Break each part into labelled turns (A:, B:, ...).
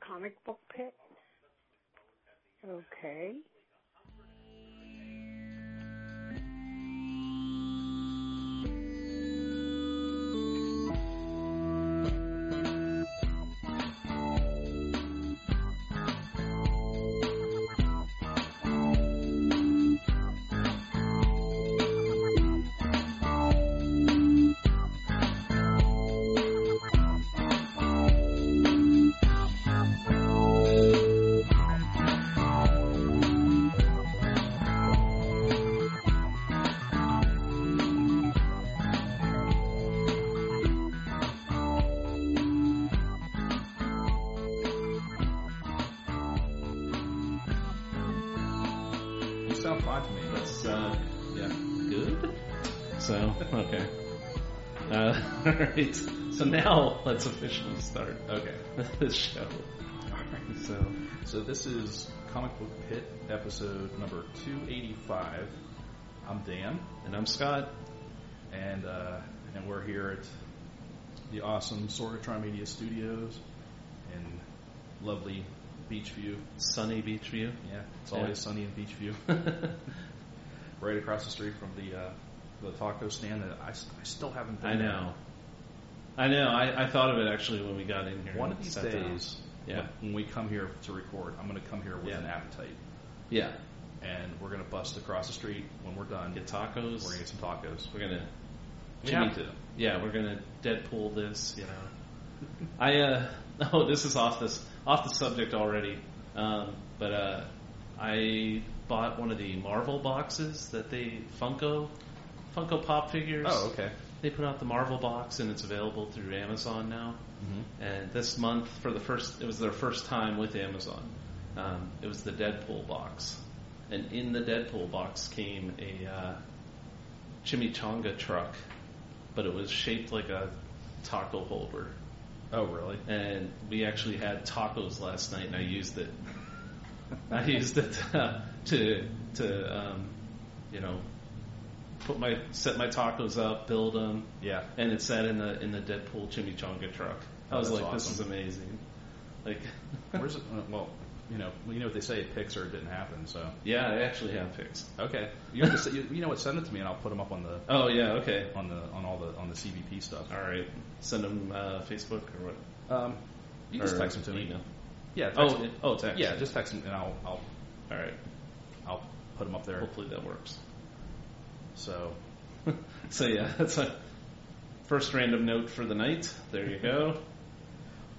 A: comic book pit? Okay.
B: You sound fine to me. That's uh, yeah.
C: Good. So okay. Uh, all right. So now let's officially start
B: Okay.
C: this show. So
B: So this is Comic Book Pit episode number 285. I'm Dan,
C: and I'm Scott.
B: and uh, and we're here at the awesome Sorgatron Media Studios in lovely Beachview.
C: Sunny Beach View.
B: Yeah, it's
C: Yeah.
B: always sunny in Beachview. right across the street from the uh, the taco stand that I, s- I still haven't been.
C: I know. I know. I, I thought of it actually when we got in here.
B: there. One
C: and
B: of these
C: sat down.
B: days,
C: Yeah.
B: when we come here to record, I'm going to come here with
C: Yeah.
B: an appetite.
C: Yeah.
B: and we're gonna bust across the street when we're done.
C: Get tacos.
B: We're gonna get some tacos.
C: We're gonna.
B: We
C: Yeah.
B: need to.
C: Yeah, we're gonna Deadpool this. You know. I uh oh this is off this off the subject already, um, but uh, I bought one of the Marvel boxes that they Funko Funko Pop figures.
B: Oh, okay.
C: They put out the Marvel box and it's available through Amazon now. And this month, for the first, it was their first time with Amazon. Um, it was the Deadpool box, and in the Deadpool box came a uh, chimichanga truck, but it was shaped like a taco holder.
B: Oh, really?
C: And we actually had tacos last night, and I used it. I used it to to, to um, you know put my set my tacos up, build them,
B: Yeah.
C: and it sat in the in the Deadpool chimichanga truck. I
B: Oh,
C: was
B: that's
C: like, this is
B: awesome.
C: amazing. Like,
B: Where's it? uh, Well, you know, well, you know what they say: it picks or it didn't happen. So
C: yeah, I actually have pics.
B: okay, you, have to say, you, you know what? Send it to me, and I'll put them up on the
C: Oh yeah, okay,
B: on the on all the on the CVP stuff.
C: all right. Send them uh, Facebook or what?
B: Um, you just
C: or
B: text them to me.
C: email.
B: Yeah.
C: Oh,
B: Text
C: it- oh, text.
B: yeah. Just text them, and I'll I'll
C: all right.
B: I'll put them up there.
C: Hopefully that works.
B: So
C: so yeah, that's a first random note for the night. There you go.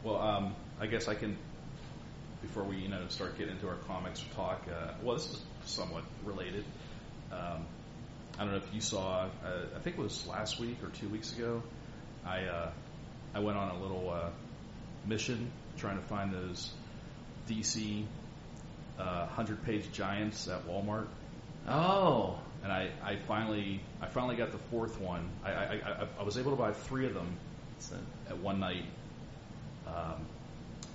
B: Well, um, I guess I can, before we you know start getting into our comics talk. Uh, well, this is somewhat related. Um, I don't know if you saw. Uh, I think it was last week or two weeks ago. I uh, I went on a little uh, mission trying to find those DC uh, hundred page giants at Walmart
C: Oh,
B: and I, I finally I finally got the fourth one. I, I, I, I was able to buy three of them
C: So,
B: at one night. Um,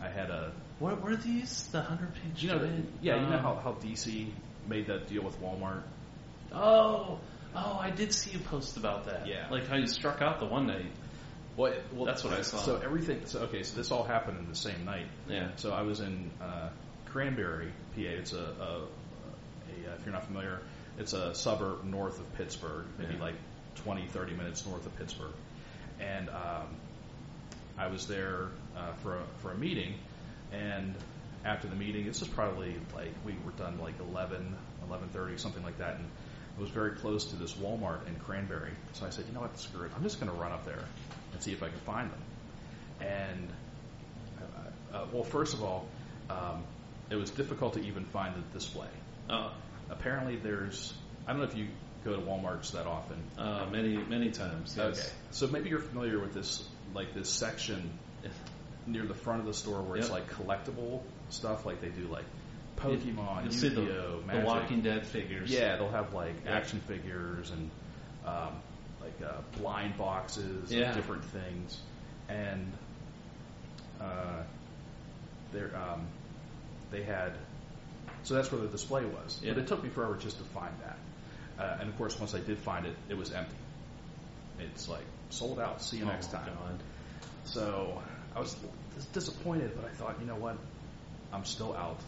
B: I had a
C: what were these? The hundred page?
B: you know
C: giant?
B: yeah you know
C: Um,
B: how, how DC made that deal with Walmart.
C: Oh, oh, I did see you post about that.
B: Yeah.
C: like how you struck out the one night.
B: Well, it- well
C: That's what I saw.
B: So everything so okay so this all happened in the same night.
C: Yeah.
B: So I was in uh, Cranberry, PA. It's a, a, a uh, if you're not familiar, it's a suburb north of Pittsburgh, maybe
C: Yeah.
B: like 20, 30 minutes north of Pittsburgh. And um, I was there uh, for a, for a meeting, and after the meeting, this is probably like we were done like 11, 11.30, something like that, and it was very close to this Walmart in Cranberry. So I said, you know what, screw it, I'm just going to run up there and see if I can find them. And uh, well, first of all, um, it was difficult to even find the display.
C: Oh,
B: Apparently, there's I don't know if you go to WalMarts that often.
C: uh, many many times. Yes.
B: So maybe you're familiar with this, like this section near the front of the store where it's
C: Yep.
B: like collectible stuff, like they do like
C: You-
B: Pokemon,
C: you'll see the,
B: Yu-Gi-Oh,
C: the
B: Magic.
C: Walking Dead figures.
B: Yeah, they'll have like
C: Yeah.
B: action figures and um, like uh, blind boxes
C: Yeah.
B: and different things. And uh, they're, um, they had, so that's where the display was.
C: Yeah.
B: But it took me forever just to find that. Uh, and of course, once I did find it, it was empty. It's like sold out. See you
C: Oh,
B: next time.
C: God.
B: So I was dis- disappointed, but I thought, you know what? I'm still out,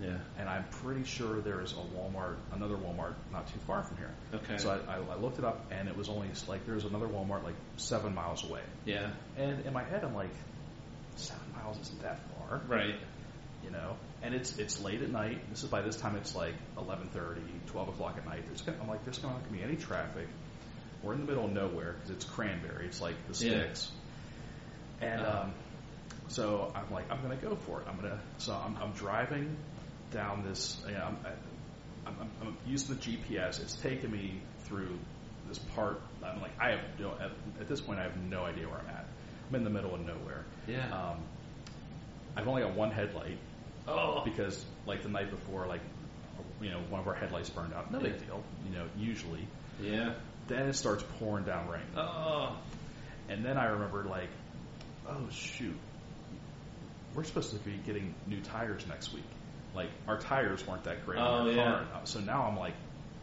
C: Yeah.
B: and I'm pretty sure there is a Walmart, another Walmart not too far from here.
C: Okay.
B: So I, I, I looked it up, and it was only it's like there's another Walmart like seven miles away.
C: yeah.
B: And in my head, I'm like, seven miles isn't that far,
C: Right.
B: you know. And it's it's late at night. This is by this time it's like 11:30, 12 o'clock at night. There's gonna, I'm like, there's not gonna be any traffic. We're in the middle of nowhere because it's cranberry. It's like the
C: Yeah.
B: sticks. And
C: Uh-huh.
B: um, so I'm like, I'm gonna go for it. I'm gonna. So I'm, I'm driving down this. You know, I'm, I- I'm, I'm, I'm using the GPS. It's taken me through this part. I'm like, I have no. At, at this point, I have no idea where I'm at. I'm in the middle of nowhere.
C: Yeah.
B: Um, I've only got one headlight
C: oh.
B: because like the night before, like you know, one of our headlights burned out. No big
C: Yeah.
B: deal. You know, usually.
C: Yeah.
B: Then it starts pouring down rain.
C: Oh.
B: And then I remember like, oh shoot, we're supposed to be getting new tires next week. Like our tires weren't that great on
C: Oh,
B: our
C: yeah.
B: car, and, uh, so now I'm like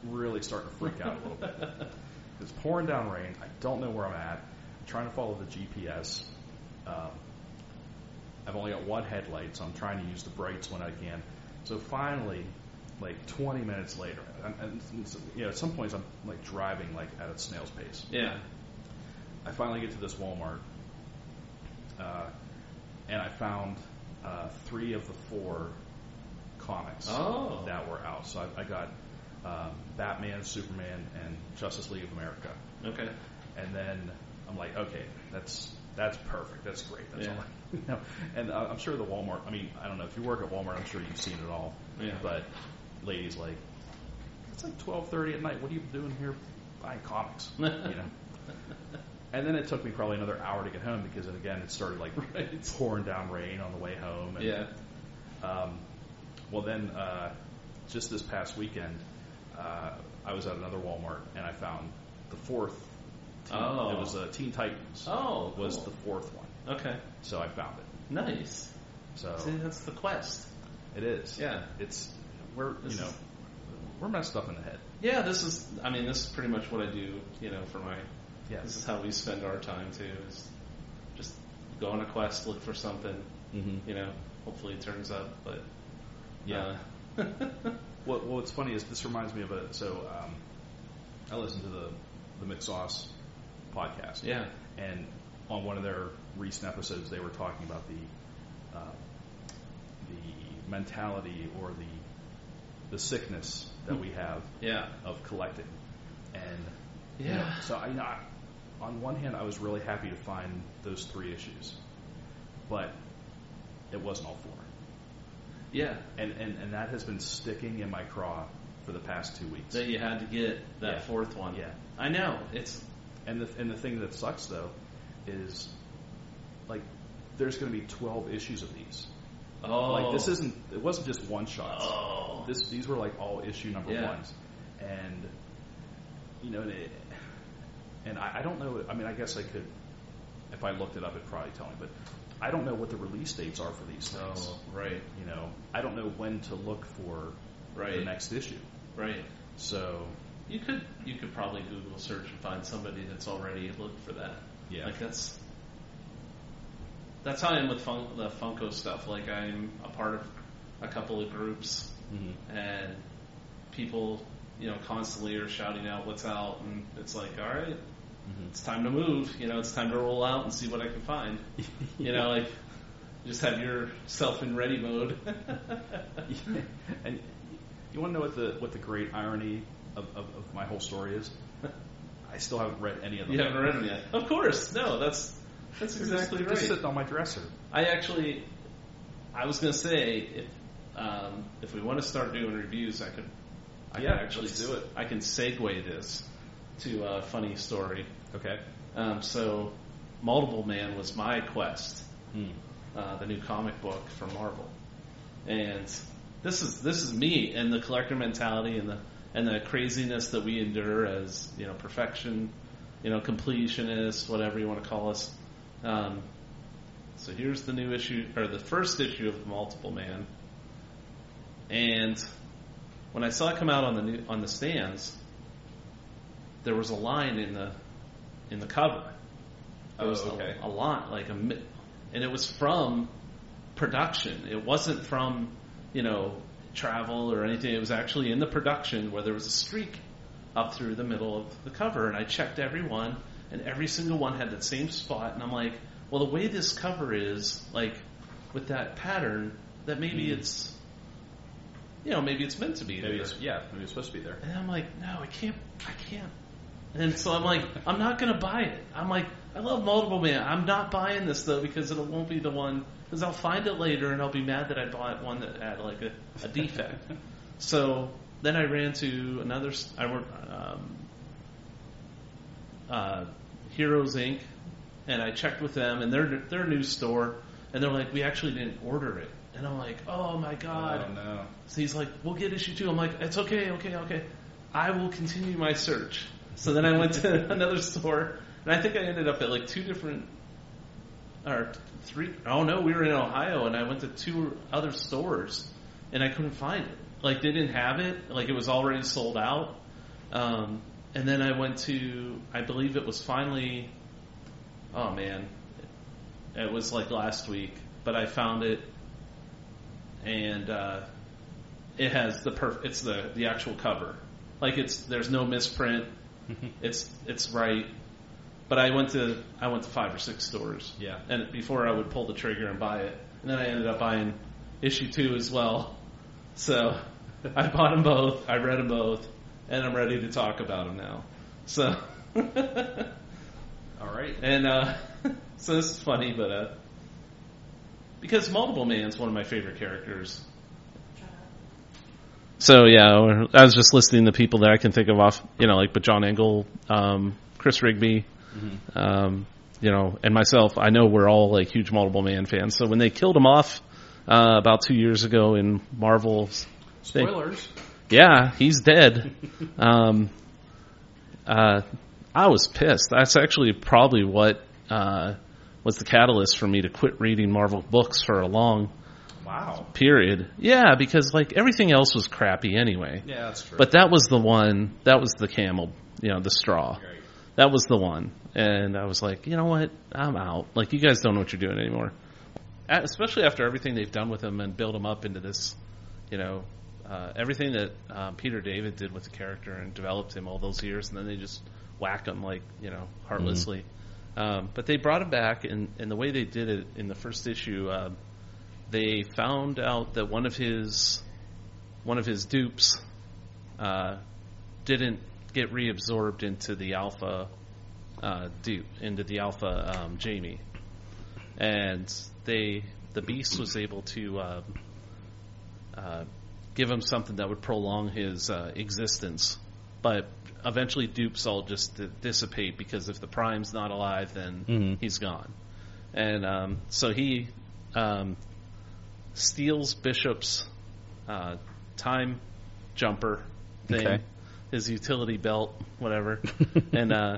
B: really starting to freak out a little bit. It's pouring down rain. I don't know where I'm at. I'm trying to follow the GPS. Um, I've only got one headlight, so I'm trying to use the brights when I can. So finally, like 20 minutes later, and, and, and you know, at some points I'm like driving like at a snail's pace.
C: Yeah.
B: I finally get to this Walmart, uh, and I found uh, three of the four comics
C: Oh.
B: that were out. So I, I got um, Batman, Superman, and Justice League of America.
C: Okay.
B: And then I'm like, okay, that's that's perfect. That's great. That's
C: Yeah.
B: all. I, you know, and I- I'm sure the Walmart. I mean, I don't know if you work at Walmart. I'm sure you've seen it all.
C: Yeah.
B: But ladies, like, it's like 12:30 at night. What are you doing here buying comics? you know. And then it took me probably another hour to get home because then again it started like
C: Right.
B: pouring down rain on the way home. And,
C: Yeah.
B: Um, well, then uh, just this past weekend, uh, I was at another Walmart and I found the fourth. Teen,
C: Oh.
B: It was uh, Teen Titans.
C: Oh.
B: was
C: cool.
B: the fourth one,
C: okay.
B: so I found it.
C: Nice.
B: So
C: Oh. See, that's the quest.
B: it is.
C: Yeah.
B: It's we're
C: This
B: you know
C: is-
B: we're messed up in the head.
C: Yeah. This is. I mean, this is pretty much what I do. You know, for my.
B: Yeah.
C: This is how we spend our time too. Is just go on a quest, look for something.
B: Mm-hmm.
C: You know, hopefully it turns up. But
B: Yeah.
C: uh,
B: What, what's funny is this reminds me of a so um, I listened to the the McSauce podcast.
C: yeah.
B: and on one of their recent episodes, they were talking about the uh, the mentality or the the sickness that we have
C: Yeah.
B: of collecting. And you
C: Yeah.
B: know, so I, you know, I, on one hand, I was really happy to find those three issues, but it wasn't all four,
C: Yeah.
B: and and and that has been sticking in my craw for the past two weeks.
C: That you had to get that
B: Yeah.
C: fourth one.
B: Yeah.
C: I know. It's
B: And the and the thing that sucks though is like there's going to be 12 issues of these.
C: oh
B: Like this isn't it wasn't just one shots.
C: oh
B: This these were like all issue number
C: Yeah.
B: ones, and you know, and it, and I, I don't know. I mean, I guess I could if I looked it up, it'd probably tell me. But I don't know what the release dates are for these things.
C: oh right
B: You know, I don't know when to look for the
C: right
B: next issue.
C: right.
B: So
C: You could you could probably Google search and find somebody that's already looked for that.
B: yeah,
C: Like that's that's how I am with fun, the Funko stuff. Like I'm a part of a couple of groups
B: Mhm.
C: and people you know constantly are shouting out what's out and it's like all right
B: Mhm.
C: it's time to move you know it's time to roll out and see what i can find
B: Mm-hmm.
C: you know like just have yourself in ready mode
B: and you want to know what the what the great irony of, of, of my whole story is? I still haven't read any of them.
C: you haven't read them yet of course no that's that's
B: They're just-
C: exactly
B: they're
C: right
B: Just sitting on my dresser.
C: I actually, I was gonna say if um, if we want to start doing reviews, I could, I
B: Yeah,
C: could actually
B: let's do it.
C: I can segue this to a funny story.
B: Okay.
C: Um, so, Multiple Man was my quest,
B: Hmm.
C: uh, the new comic book for Marvel, and this is this is me and the collector mentality and the and the craziness that we endure as you know perfection, you know completionists, whatever you want to call us. Um, so here's the new issue, or the first issue of Multiple Man. And when I saw it come out on the new, on the stands, there was a line in the in the cover. There
B: Oh,
C: was a-
B: okay.
C: a, line, like a mi- and it was from production. It wasn't from you know travel or anything. It was actually in the production where there was a streak up through the middle of the cover, and I checked every one, and every single one had that same spot, and I'm like, well, the way this cover is like with that pattern, that maybe
A: Mhm.
C: it's you know maybe it's meant to be
A: Maybe
C: there.
A: it's yeah, maybe it's supposed to be there.
C: And I'm like, no, I can't, I can't. And so I'm like, I'm not gonna buy it. I'm like, I love Multiple Man. I'm not buying this though because it won't be the one. Because I'll find it later and I'll be mad that I bought one that had like a, a defect. so then I ran to another. s- I worked um, uh, Heroes Inc. and I checked with them and their their new store and they're like, we actually didn't order it. And I'm like, oh my god.
A: Oh no.
C: So he's like, "We'll get issue two. I'm like, "It's okay, okay, okay. I will continue my search." So then I went to another store, and I think I ended up at like two different, or three. Oh no, we were in Ohio, and I went to two other stores, and I couldn't find it. Like they didn't have it. Like it was already sold out. Um, and then I went to, I believe it was finally, oh man, it was like last week, but I found it, and uh, it has the perf- it's the the actual cover. Like it's there's no misprint. It's it's right. But I went to I went to five or six stores.
A: Yeah.
C: And before I would pull the trigger and buy it, and then I ended up buying issue two as well. So I bought them both. I read them both, and I'm ready to talk about them now. So
A: All right.
C: and uh, so this is funny, but uh, because Multiple Man's one of my favorite characters. So yeah, I was just listing the people that I can think of off, you know, like but John Engel, um, Chris Rigby, um, you know, and myself. I know we're all like huge Multiple Man fans. So when they killed him off uh, about two years ago in Marvel's
A: Spoilers.
C: yeah, he's dead. um, uh, I was pissed. That's actually probably what uh, was the catalyst for me to quit reading Marvel books for a long
A: Wow.
C: period. Yeah, because like everything else was crappy anyway.
A: Yeah, that's true.
C: But that was the one. That was the camel. You know, the straw.
A: Great.
C: That was the one. And I was like, you know what? I'm out. Like you guys don't know what you're doing anymore. Uh, Especially after everything they've done with him and build him up into this, you know, uh, everything that um, Peter David did with the character and developed him all those years, and then they just whack him like you know heartlessly. Um, but they brought him back, and, and the way they did it in the first issue, uh, they found out that one of his one of his dupes uh, didn't get reabsorbed into the alpha uh, dupe into the alpha um, Jamie, and they the beast was able to uh, uh, give him something that would prolong his uh, existence, but eventually dupes all just d- dissipate because if the prime's not alive, then
B: Mhm.
C: he's gone, and um, so he um, steals Bishop's uh, time jumper thing,
B: Okay.
C: his utility belt, whatever, and uh,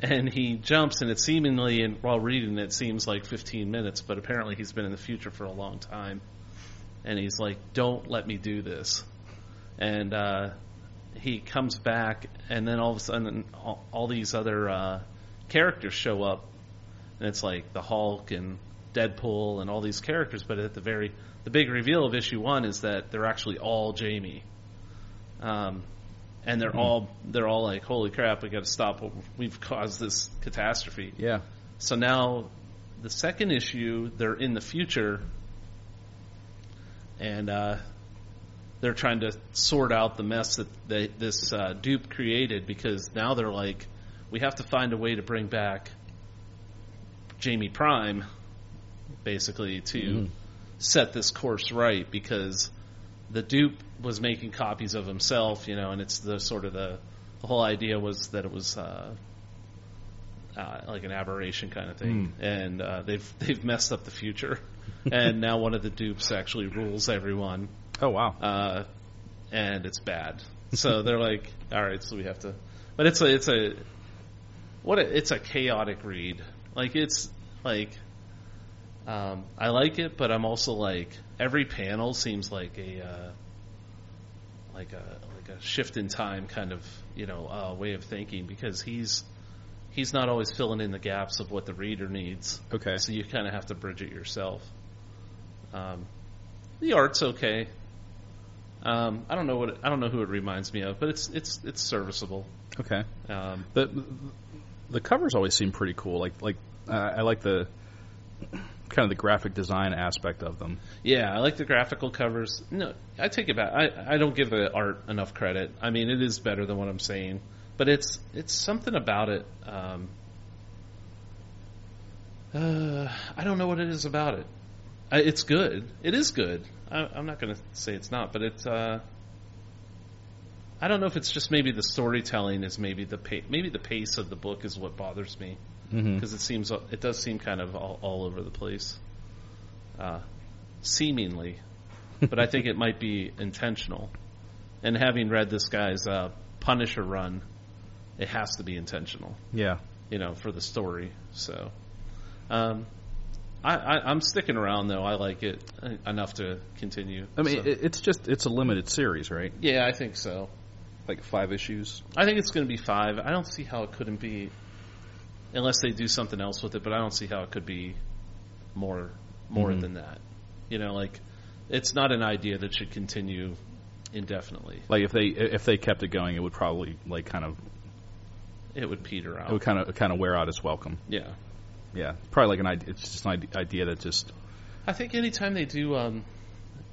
C: and he jumps, and it seemingly, and while reading it, seems like 15 minutes, but apparently he's been in the future for a long time, and he's like, "Don't let me do this," and uh, he comes back, and then all of a sudden, all, all these other uh, characters show up, and it's like the Hulk and Deadpool and all these characters, but at the very the big reveal of issue one is that they're actually all Jamie. Um, and they're all they're all like, "Holy crap! We got to stop! We've caused this catastrophe."
B: yeah.
C: So now, the second issue, they're in the future, and uh, they're trying to sort out the mess that they, this uh, dupe created because now they're like, we have to find a way to bring back Jamie Prime, basically, to
B: Mhm.
C: set this course right because the dupe was making copies of himself, you know, and it's the sort of the, the whole idea was that it was. Uh, uh, like an aberration kind of thing, and uh, they've they've messed up the future, and now one of the dupes actually rules everyone,
B: Oh wow.
C: uh, and it's bad. So they're like, all right, so we have to, but it's a it's a what a, it's a chaotic read. Like it's like um, I like it, but I'm also like every panel seems like a uh, like a like a shift in time kind of you know uh, way of thinking because he's he's not always filling in the gaps of what the reader needs.
B: Okay.
C: So you kind of have to bridge it yourself. Um, the art's okay. Um, I don't know what it, I don't know who it reminds me of, but it's it's it's serviceable.
B: Okay.
C: Um,
B: The the covers always seem pretty cool. Like like uh, I like the kind of the graphic design aspect of them.
C: yeah, I like the graphical covers. No, I take it back. I I don't give the art enough credit. I mean, it is better than what I'm saying, but it's it's something about it. Um, uh, I don't know what it is about it. I, it's good. It is good. I, I'm not going to say it's not, but it's. Uh, I don't know if it's just maybe the storytelling is maybe the pa- maybe the pace of the book is what bothers me.
B: Mm-hmm.
C: because it seems it does seem kind of all, all over the place, uh, seemingly. but I think it might be intentional. And having read this guy's uh, Punisher run, it has to be intentional,
B: Yeah.
C: you know, for the story. So, um, I, I, I'm sticking around though. I like it uh, enough to continue.
B: I mean,
C: So-
B: it, it's just it's a limited series, right?
C: yeah, I think so.
B: Like five issues.
C: I think it's going to be five. I don't see how it couldn't be, unless they do something else with it. But I don't see how it could be more more
B: Mhm.
C: than that. You know, like it's not an idea that should continue indefinitely.
B: Like if they if they kept it going, it would probably like kind of
C: It would peter out.
B: it would kind of kind of wear out its welcome.
C: Yeah,
B: Yeah, probably like an idea. It's just an ide- idea that just
C: I think anytime they do, um,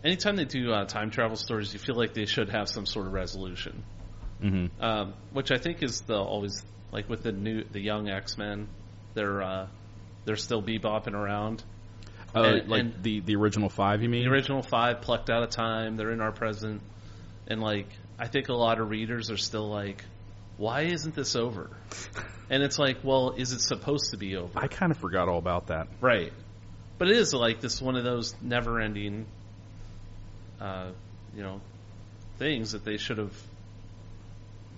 C: anytime they do uh, time travel stories, you feel like they should have some sort of resolution.
B: mhm.
C: um, which I think is the always like with the new the young X Men, they're uh, they're still bebopping around.
B: uh,
C: And-
B: like
C: and-
B: the the original five. You mean?
C: The original five plucked out of time. They're in our present, and like I think a lot of readers are still like, why isn't this over? And it's like, well, is it supposed to be over?
B: I kind of forgot all about that.
C: Right. But it is like this one of those never ending, uh, you know, things that they should have.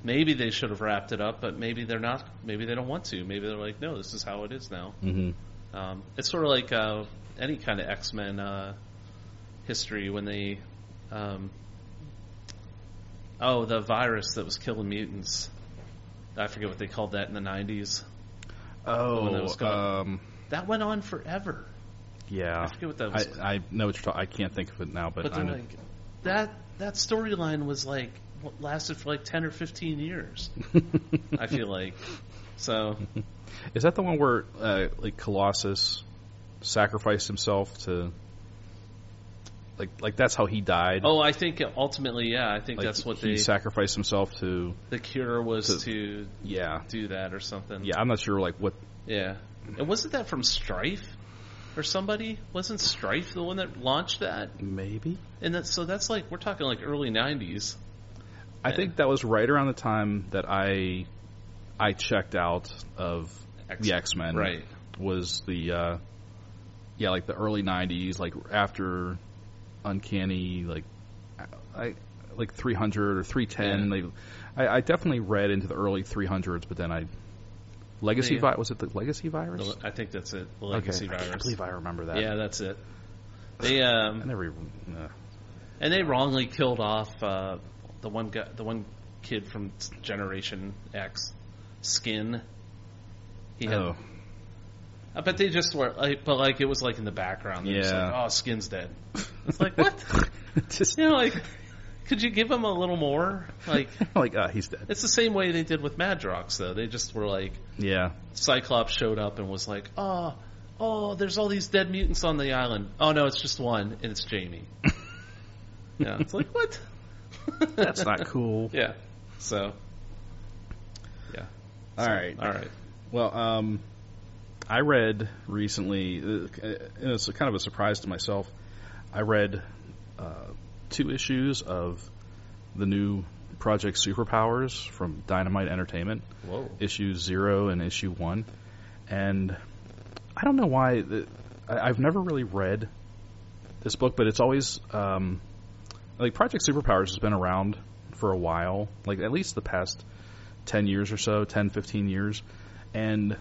C: Maybe they should have wrapped it up, but maybe they're not. Maybe they don't want to. Maybe they're like, no, this is how it is now.
B: Mm-hmm.
C: Um, it's sort of like uh, any kind of X Men uh, history when they. Um, oh, the virus that was killing mutants. I forget what they called that in the 90s. When it was
B: Oh,
C: gone.
B: um,
C: That went on forever.
B: yeah.
C: I forget what that
B: I,
C: was
B: I know what you're talking. I can't think of it now, but,
C: But
B: I
C: then,
B: know.
C: like that that storyline was like what lasted for like ten or fifteen years. I feel like so.
B: Is that the one where uh, like Colossus sacrificed himself to? Like, like that's how he died.
C: Oh, I think ultimately, yeah, I think
B: Like,
C: that's what
B: he
C: they
B: sacrificed himself to.
C: the cure was
B: to-
C: to
B: Yeah,
C: do that or something.
B: yeah. I'm not sure. Like what?
C: yeah. And wasn't that from Strife or somebody? Wasn't Strife the one that launched that?
B: Maybe.
C: And that so that's like we're talking like early nineties.
B: I
C: Yeah.
B: think that was right around the time that I, I checked out of the X Men.
C: right?
B: was the uh, yeah like the early 90s like after uncanny like i like 300 or 310 they, I, I definitely read into the early 300s but then i legacy
C: Yeah.
B: vi- was it the legacy virus
C: The- I think that's it. The
B: okay
C: legacy
B: i can't
C: virus.
B: believe i remember that
C: Yeah, that's it. They
B: i
C: um,
B: never even uh,
C: And they wrongly killed off uh, the one guy, the one kid from Generation X, Skin. He had,
B: oh
C: I bet they just were, like, but like it was like in the background. They were just
B: Yeah.
C: like, oh, Skin's dead. It's like what?
B: just
C: you know, like could you give him a little more? Like
B: like uh, he's dead
C: it's the same way they did with Madrox, though. They just were like
B: yeah
C: Cyclops showed up and was like, oh, oh, there's all these dead mutants on the island. Oh no, it's just one, and it's Jamie. yeah, it's like what?
B: that's not cool
C: Yeah. So. Yeah.
B: all right
C: All right.
B: Well, um, I read recently, uh, and it's kind of a surprise to myself. I read uh, two issues of the new Project Superpowers from Dynamite Entertainment,
C: Whoa.
B: issue zero and issue one, and I don't know why. The, I, I've never really read this book, but it's always um, like Project Superpowers has been around for a while, like at least the past 10 years or so, 10, 15 years. And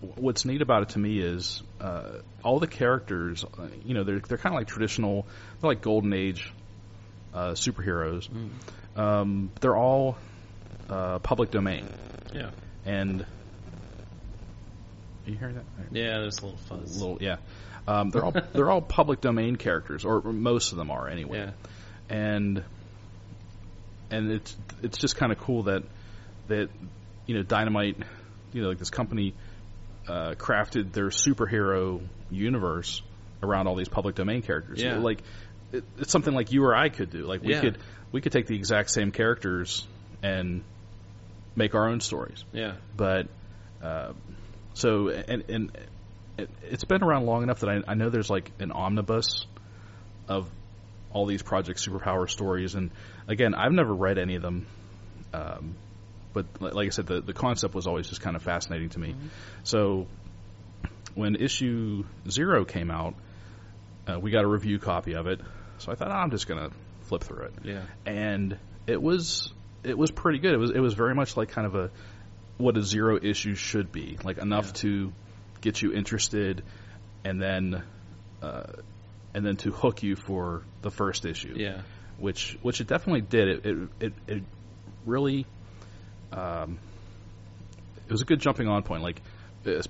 B: w- what's neat about it to me is uh, all the characters, uh, you know, they're, they're kind of like traditional, they're like Golden Age uh, superheroes. Um, they're all uh, public domain
C: Yeah.
B: and you hearing that?
C: Yeah, there's a little fuzz.
B: Little, yeah. Um, they're all they're all public domain characters, or most of them are anyway.
C: yeah.
B: and and it's it's just kind of cool that that you know Dynamite, you know, like this company uh, crafted their superhero universe around all these public domain characters.
C: Yeah.
B: Like it, it's something like you or I could do. Like we
C: Yeah.
B: could we could take the exact same characters and make our own stories.
C: Yeah.
B: But uh, so and and it, it's been around long enough that I, I know there's like an omnibus of all these Project Superpower stories, and again, I've never read any of them. Um, but li- like I said, the, the concept was always just kind of fascinating to me.
C: Mm-hmm.
B: So when issue zero came out, uh, we got a review copy of it. So I thought, "Ah, I'm just gonna flip through it
C: Yeah.
B: and it was it was pretty good. It was it was very much like kind of a what a zero issue should be, like enough
C: Yeah.
B: to get you interested, and then uh, and then to hook you for the first issue,
C: Yeah.
B: which which it definitely did. It it it, it really um, it was a good jumping on point. Like as,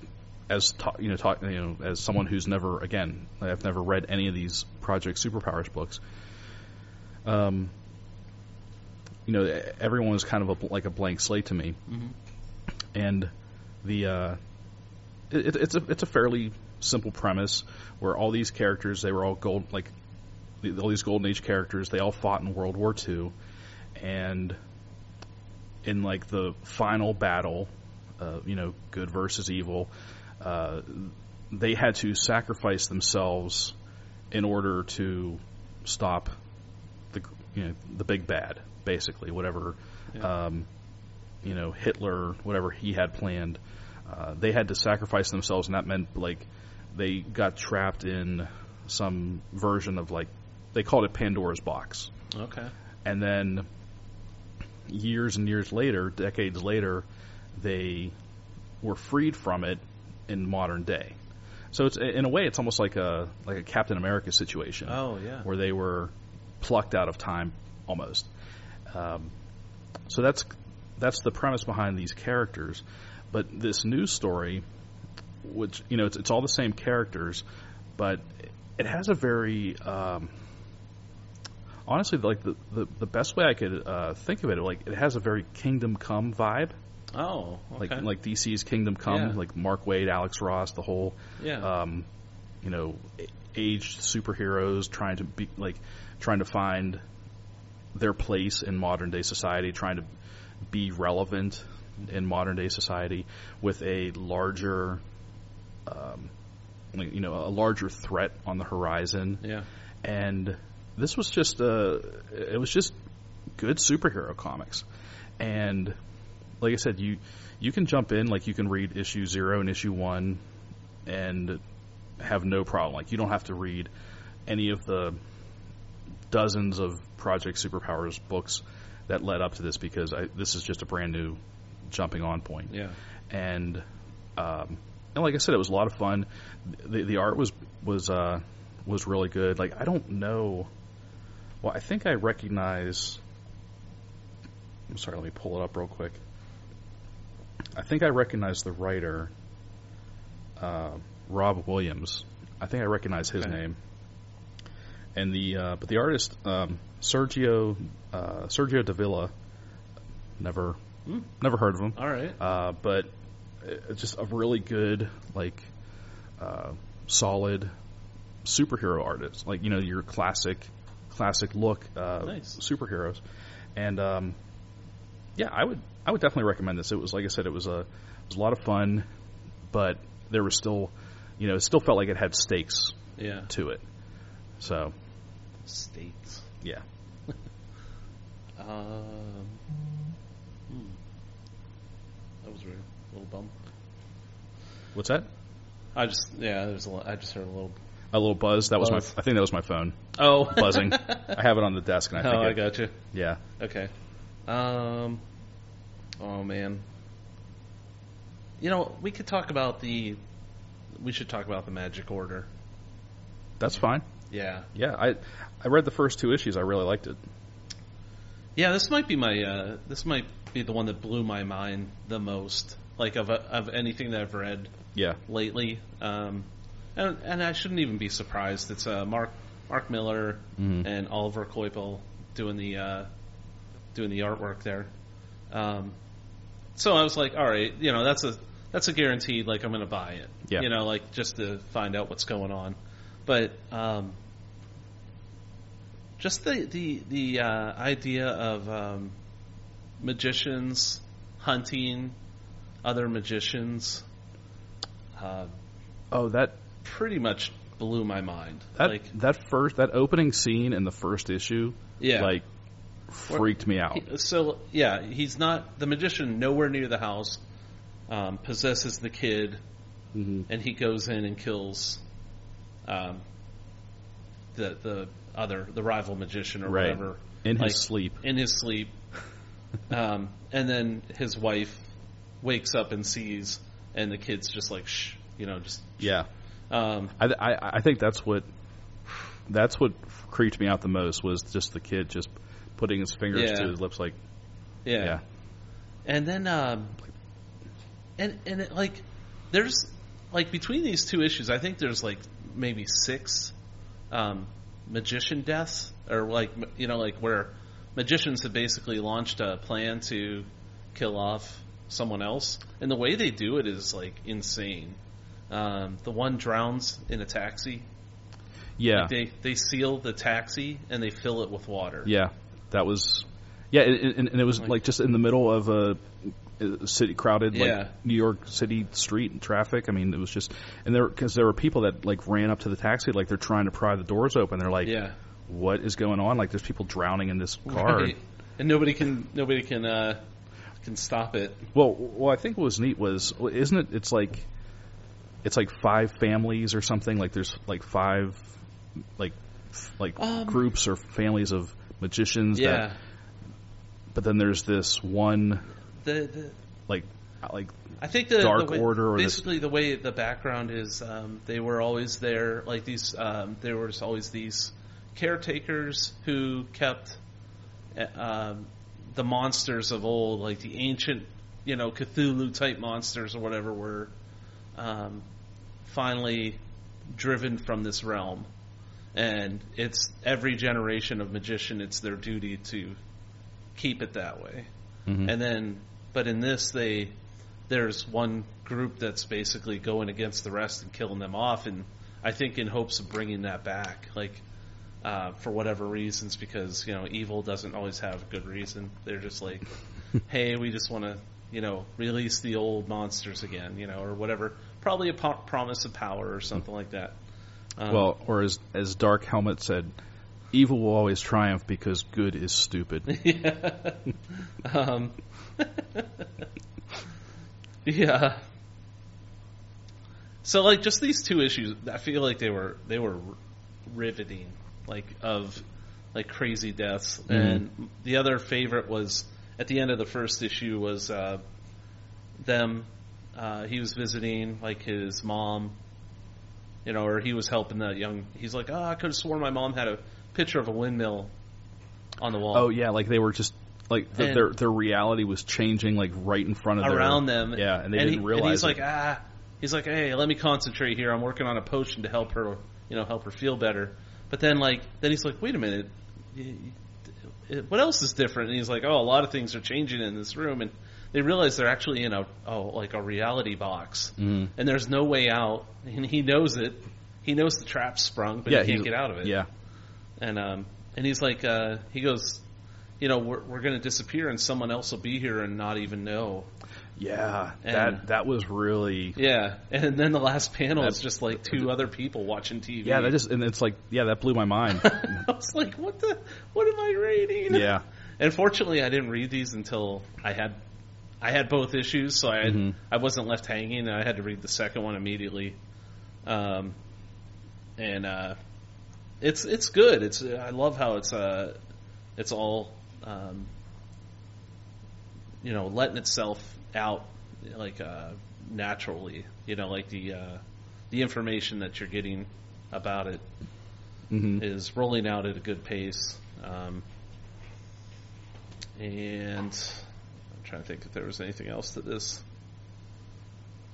B: as ta- you know, talk, you know, as someone who's never again, I've never read any of these Project Superpowers books. Um, you know, e- everyone was kind of a, bl- like a blank slate to me,
C: Mhm.
B: and the uh, it, it's a it's a fairly simple premise where all these characters they were all gold like the- all these golden age characters they all fought in World War II, and in like the final battle, uh, you know, good versus evil, uh, they had to sacrifice themselves in order to stop the you know the big bad, basically whatever,
C: Yeah.
B: um, you know Hitler, whatever he had planned. Uh, they had to sacrifice themselves, and that meant like they got trapped in some version of like they called it Pandora's box
C: Okay.
B: and then years and years later, decades later, they were freed from it in modern day. So it's in a way, it's almost like a like a Captain America situation
C: Oh yeah.
B: where they were plucked out of time almost. Um, so that's that's the premise behind these characters. But this news story, which you know, it's, it's all the same characters, but it has a very um, honestly like the, the the best way I could uh, think of it, like it has a very Kingdom Come vibe,
C: Oh. Okay.
B: like like DC's Kingdom Come,
C: Yeah.
B: like Mark Wade, Alex Ross, the whole
C: yeah.
B: um, you know, a- aged superheroes trying to be like trying to find their place in modern day society, trying to be relevant in modern day society with a larger, um, like, you know, a larger threat on the horizon.
C: yeah.
B: And this was just uh it was just good superhero comics, and like I said, you you can jump in like you can read issue zero and issue one and have no problem. Like you don't have to read any of the dozens of Project Superpowers books that led up to this because I, this is just a brand new jumping on point.
C: Yeah.
B: And um, and like I said, it was a lot of fun. The the art was was uh, was really good. Like I don't know. Well, I think I recognize. I'm sorry. Let me pull it up real quick. I think I recognize the writer, uh, Rob Williams. I think I recognize his
C: Okay.
B: name. And the uh, but the artist um, Sergio uh, Sergio Davila. Never
C: Hmm.
B: never heard of him
C: All right.
B: uh, but it- it's just a really good, like, uh, solid superhero artist. Like you know your classic, classic look uh,
C: Nice.
B: superheroes, and um, yeah, I would I would definitely recommend this. It was like I said, it was a it was a lot of fun, but there was still, you know, it still felt like it had stakes
C: Yeah.
B: to it. So
C: States.
B: yeah,
C: Um. Hmm. That was weird. A little bump.
B: what's that?
C: I just yeah. There's a lot. I just heard a little.
B: A little buzz. That was my.
C: Buzz.
B: I think that was my phone
C: Oh,
B: buzzing.
C: oh,
B: I have it on the desk, and I think
C: I
B: it,
C: got you.
B: yeah.
C: Okay. Um. Oh man. You know we could talk about the. We should talk about the magic order.
B: That's fine.
C: Yeah.
B: Yeah, I I read the first two issues. I really liked it.
C: Yeah. This might be my. Uh, this might be the one that blew my mind the most. like of of anything that I've read
B: Yeah.
C: lately. Um, and, and I shouldn't even be surprised. It's uh, Mark Mark Miller
B: Mhm.
C: and Oliver Koipel doing the uh, doing the artwork there. Um, so I was like, all right, you know, that's a that's a guaranteed. Like I'm going to buy it.
B: Yeah.
C: You know, like just to find out what's going on. But um, just the the the uh, idea of um, magicians hunting other magicians. Uh,
B: Oh, that
C: pretty much blew my mind.
B: that
C: like,
B: that first that opening scene in the first issue
C: yeah.
B: like freaked me out.
C: He- so, yeah, he's not the magician. Nowhere near the house, um, possesses the kid,
B: Mhm.
C: and he goes in and kills, um, the the other the rival magician or
B: Right.
C: whatever
B: In his
C: like-
B: sleep.
C: in his sleep. um, and then his wife wakes up and sees, and the kid's just like, shh, you know, just
B: Yeah.
C: um,
B: I, I I think that's what that's what creeped me out the most was just the kid just putting his fingers
C: Yeah.
B: to his lips like
C: yeah.
B: yeah.
C: And then, um, and and it, like, there's like between these two issues, I think there's like maybe six um, magician deaths, or like m- you know, like where magicians have basically launched a plan to kill off someone else, and the way they do it is like insane. Um, the one drowns in a taxi.
B: Yeah.
C: Like they they seal the taxi and they fill it with water.
B: Yeah, that was. Yeah, it, and, and it was
C: Like-
B: like, just in the middle of a a city crowded
C: Yeah.
B: like New York City street and traffic. I mean, it was just and there because there were people that like ran up to the taxi like they're trying to pry the doors open. They're like,
C: Yeah.
B: "What is going on? Like, there's people drowning in this car."
C: Right. And nobody can nobody can uh, can stop it.
B: Well, well, I think what was neat was well, isn't it? It's like it's like five families or something. Like there's like five like f- like
C: Um,
B: groups or families of magicians. That,
C: Yeah.
B: but then there's this one
C: The, the
B: like like
C: I think the
B: Dark
C: the way,
B: Order or this-
C: basically the way the background is um, they were always there like these um, there was always these caretakers who kept uh, um, the monsters of old like the ancient you know Cthulhu type monsters or whatever were um, finally driven from this realm. And it's every generation of magician, it's their duty to keep it that way.
B: Mhm.
C: And then, but in this, they there's one group that's basically going against the rest and killing them off, and I think in hopes of bringing that back, like uh, for whatever reasons, because you know evil doesn't always have a good reason. They're just like, hey, we just want to you know release the old monsters again, you know, or whatever. Probably a po- promise of power or something like that. Um,
B: Well, or as as Dark Helmet said, evil will always triumph because good is stupid.
C: yeah. um, yeah. So like just these two issues, I feel like they were they were riveting, like of like crazy deaths. And the other favorite was at the end of the first issue was uh, them. Uh, he was visiting like his mom, you know, or he was helping that young. He's like, oh, I could have sworn my mom had a picture of a windmill on the wall.
B: oh yeah, like they were just like the,
C: And-
B: their their reality was changing like right in front of their-
C: around them.
B: Yeah, and they didn't
C: he-
B: realize.
C: he's
B: it.
C: like, ah, he's like, hey, let me concentrate here. I'm working on a potion to help her, you know, help her feel better. But then, like, then he's like, wait a minute, y- y- what else is different? And he's like, oh, a lot of things are changing in this room, and they realize they're actually in a oh, like a reality box,
B: Mhm.
C: and there's no way out, and he knows it. He knows the trap's sprung, but
B: yeah,
C: he
B: he's-
C: can't get out of it
B: Yeah,
C: and um, and he's like, uh, he goes, you know, we're we're gonna disappear, and someone else will be here and not even know.
B: yeah.
C: And-
B: that that was really.
C: Yeah, and then the last panel is
B: That-
C: just like two other people watching TV.
B: Yeah, that just and it's like yeah, that blew my mind.
C: I was like, what the, what am I reading?
B: yeah,
C: And fortunately, I didn't read these until I had, I had both issues, so I had,
B: Mhm.
C: I wasn't left hanging. and I had to read the second one immediately. Um, and uh, it's it's good. It's I love how it's uh, it's all, um, you know, letting itself out like uh, naturally. You know, like the uh, the information that you're getting about it
B: hmm
C: is rolling out at a good pace. Um, and I'm trying to think if there was anything else to this.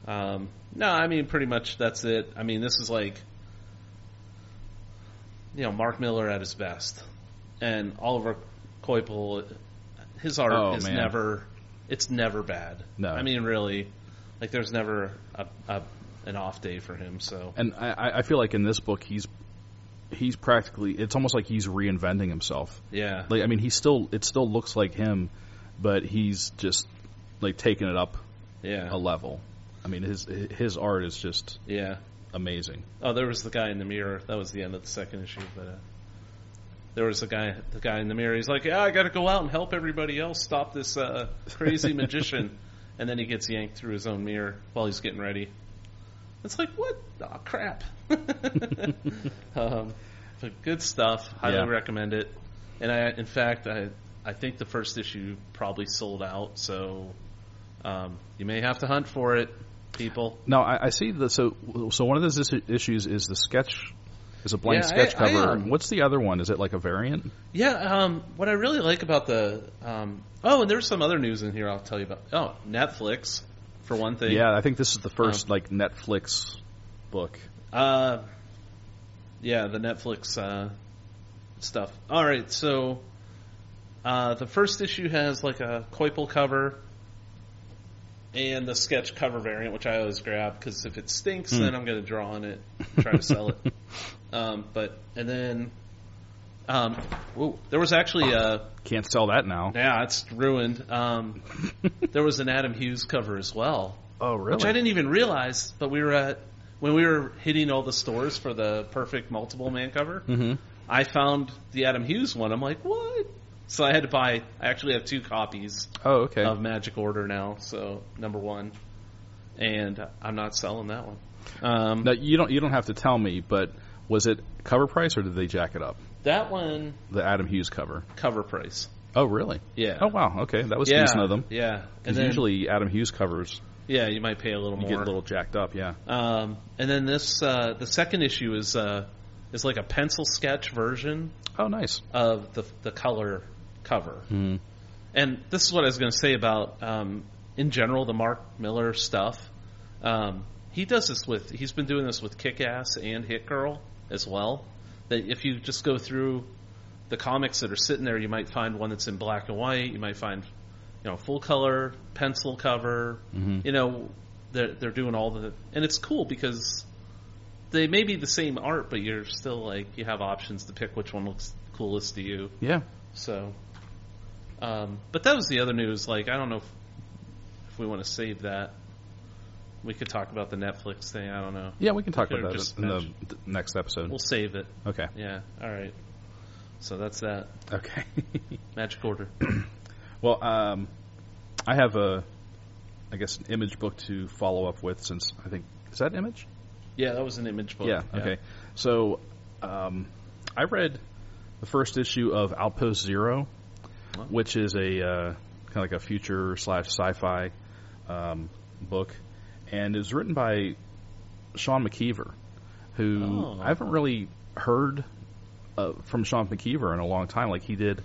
C: Um, no, I mean pretty much that's it. I mean this is like you know Mark Miller at his best, and Oliver Koipel, his art
B: Oh,
C: is
B: man.
C: never it's never bad.
B: No.
C: I mean really, like there's never a, a an off day for him. So
B: And I- I, I feel like in this book he's he's practically it's almost like he's reinventing himself.
C: yeah,
B: Like I mean he still it still looks like him, but he's just like taking it up
C: yeah,
B: a level. I mean his his art is just
C: yeah.
B: amazing.
C: Oh, there was the guy in the mirror. That was the end of the second issue, but uh, there was a guy, the guy in the mirror. He's like, "Yeah, I got to go out and help everybody else stop this uh, crazy magician," and then he gets yanked through his own mirror while he's getting ready. It's like, what? Oh, crap! um, but good stuff. Highly
B: Yeah.
C: recommend it. And I, in fact, I I think the first issue probably sold out, so um, you may have to hunt for it, people.
B: Now I, I see the so so one of those is- issues is the sketch is a blank
C: Yeah, I-
B: sketch
C: I,
B: cover.
C: um,
B: What's the other one? Is it like a variant?
C: Yeah, um, what I really like about the um, oh, and there's some other news in here I'll tell you about. Oh, Netflix for one thing.
B: yeah, I think this is the
C: Uh-huh.
B: first like Netflix book.
C: Uh, yeah, the Netflix uh, stuff. All right, so uh, the first issue has like a Koipel cover and the sketch cover variant, which I always grab because if it stinks,
B: Hmm.
C: then I'm going to draw on it, try to sell it. Um, but and then um, whoa, there was actually a.
B: Can't sell that now.
C: Yeah, it's ruined. Um, there was an Adam Hughes cover as well,
B: oh really?
C: which I didn't even realize. But we were at when we were hitting all the stores for the perfect multiple man cover.
B: Mhm.
C: I found the Adam Hughes one. I'm like, what? So I had to buy. I actually have two copies
B: Oh okay.
C: of Magic Order now. So number one, and I'm not selling that one. Um,
B: Now you don't you don't have to tell me, but was it cover price or did they jack it up?
C: that one
B: The Adam Hughes cover.
C: cover price.
B: Oh really?
C: Yeah.
B: Oh wow. Okay, that was
C: yeah.
B: decent of them.
C: Yeah. And
B: Because
C: then,
B: usually Adam Hughes covers
C: yeah, you might pay a little
B: you
C: more.
B: get a little jacked up. Yeah.
C: Um, and then this, uh, the second issue is uh, is like a pencil sketch version
B: Oh nice.
C: of the the color cover.
B: Hmm.
C: And this is what I was going to say about um, in general the Mark Miller stuff. Um, he does this with he's been doing this with Kick Ass and Hit Girl as well. That if you just go through the comics that are sitting there, you might find one that's in black and white. You might find you know full color pencil cover.
B: Mhm.
C: You know they're they're doing all the and it's cool because they may be the same art, but you're still like you have options to pick which one looks coolest to you.
B: Yeah.
C: So, um, but that was the other news. Like, I don't know if, if we want to save that. We could talk about the Netflix thing. I don't know.
B: Yeah, we can talk
C: Could've
B: about that
C: just
B: in the
C: mentioned-
B: the next episode.
C: We'll save it.
B: okay.
C: Yeah. All right. So that's that
B: Okay.
C: magic order.
B: well, um, I have a, I guess, an image book to follow up with since I think is that image.
C: Yeah, that was an image book.
B: Yeah. Okay. So, um, I read the first issue of Outpost Zero,
C: Wow.
B: which is a uh, kind of like a future slash sci-fi um, book, and it was written by Sean McKeever, who
C: Oh.
B: I haven't really heard uh, from Sean McKeever in a long time. Like he did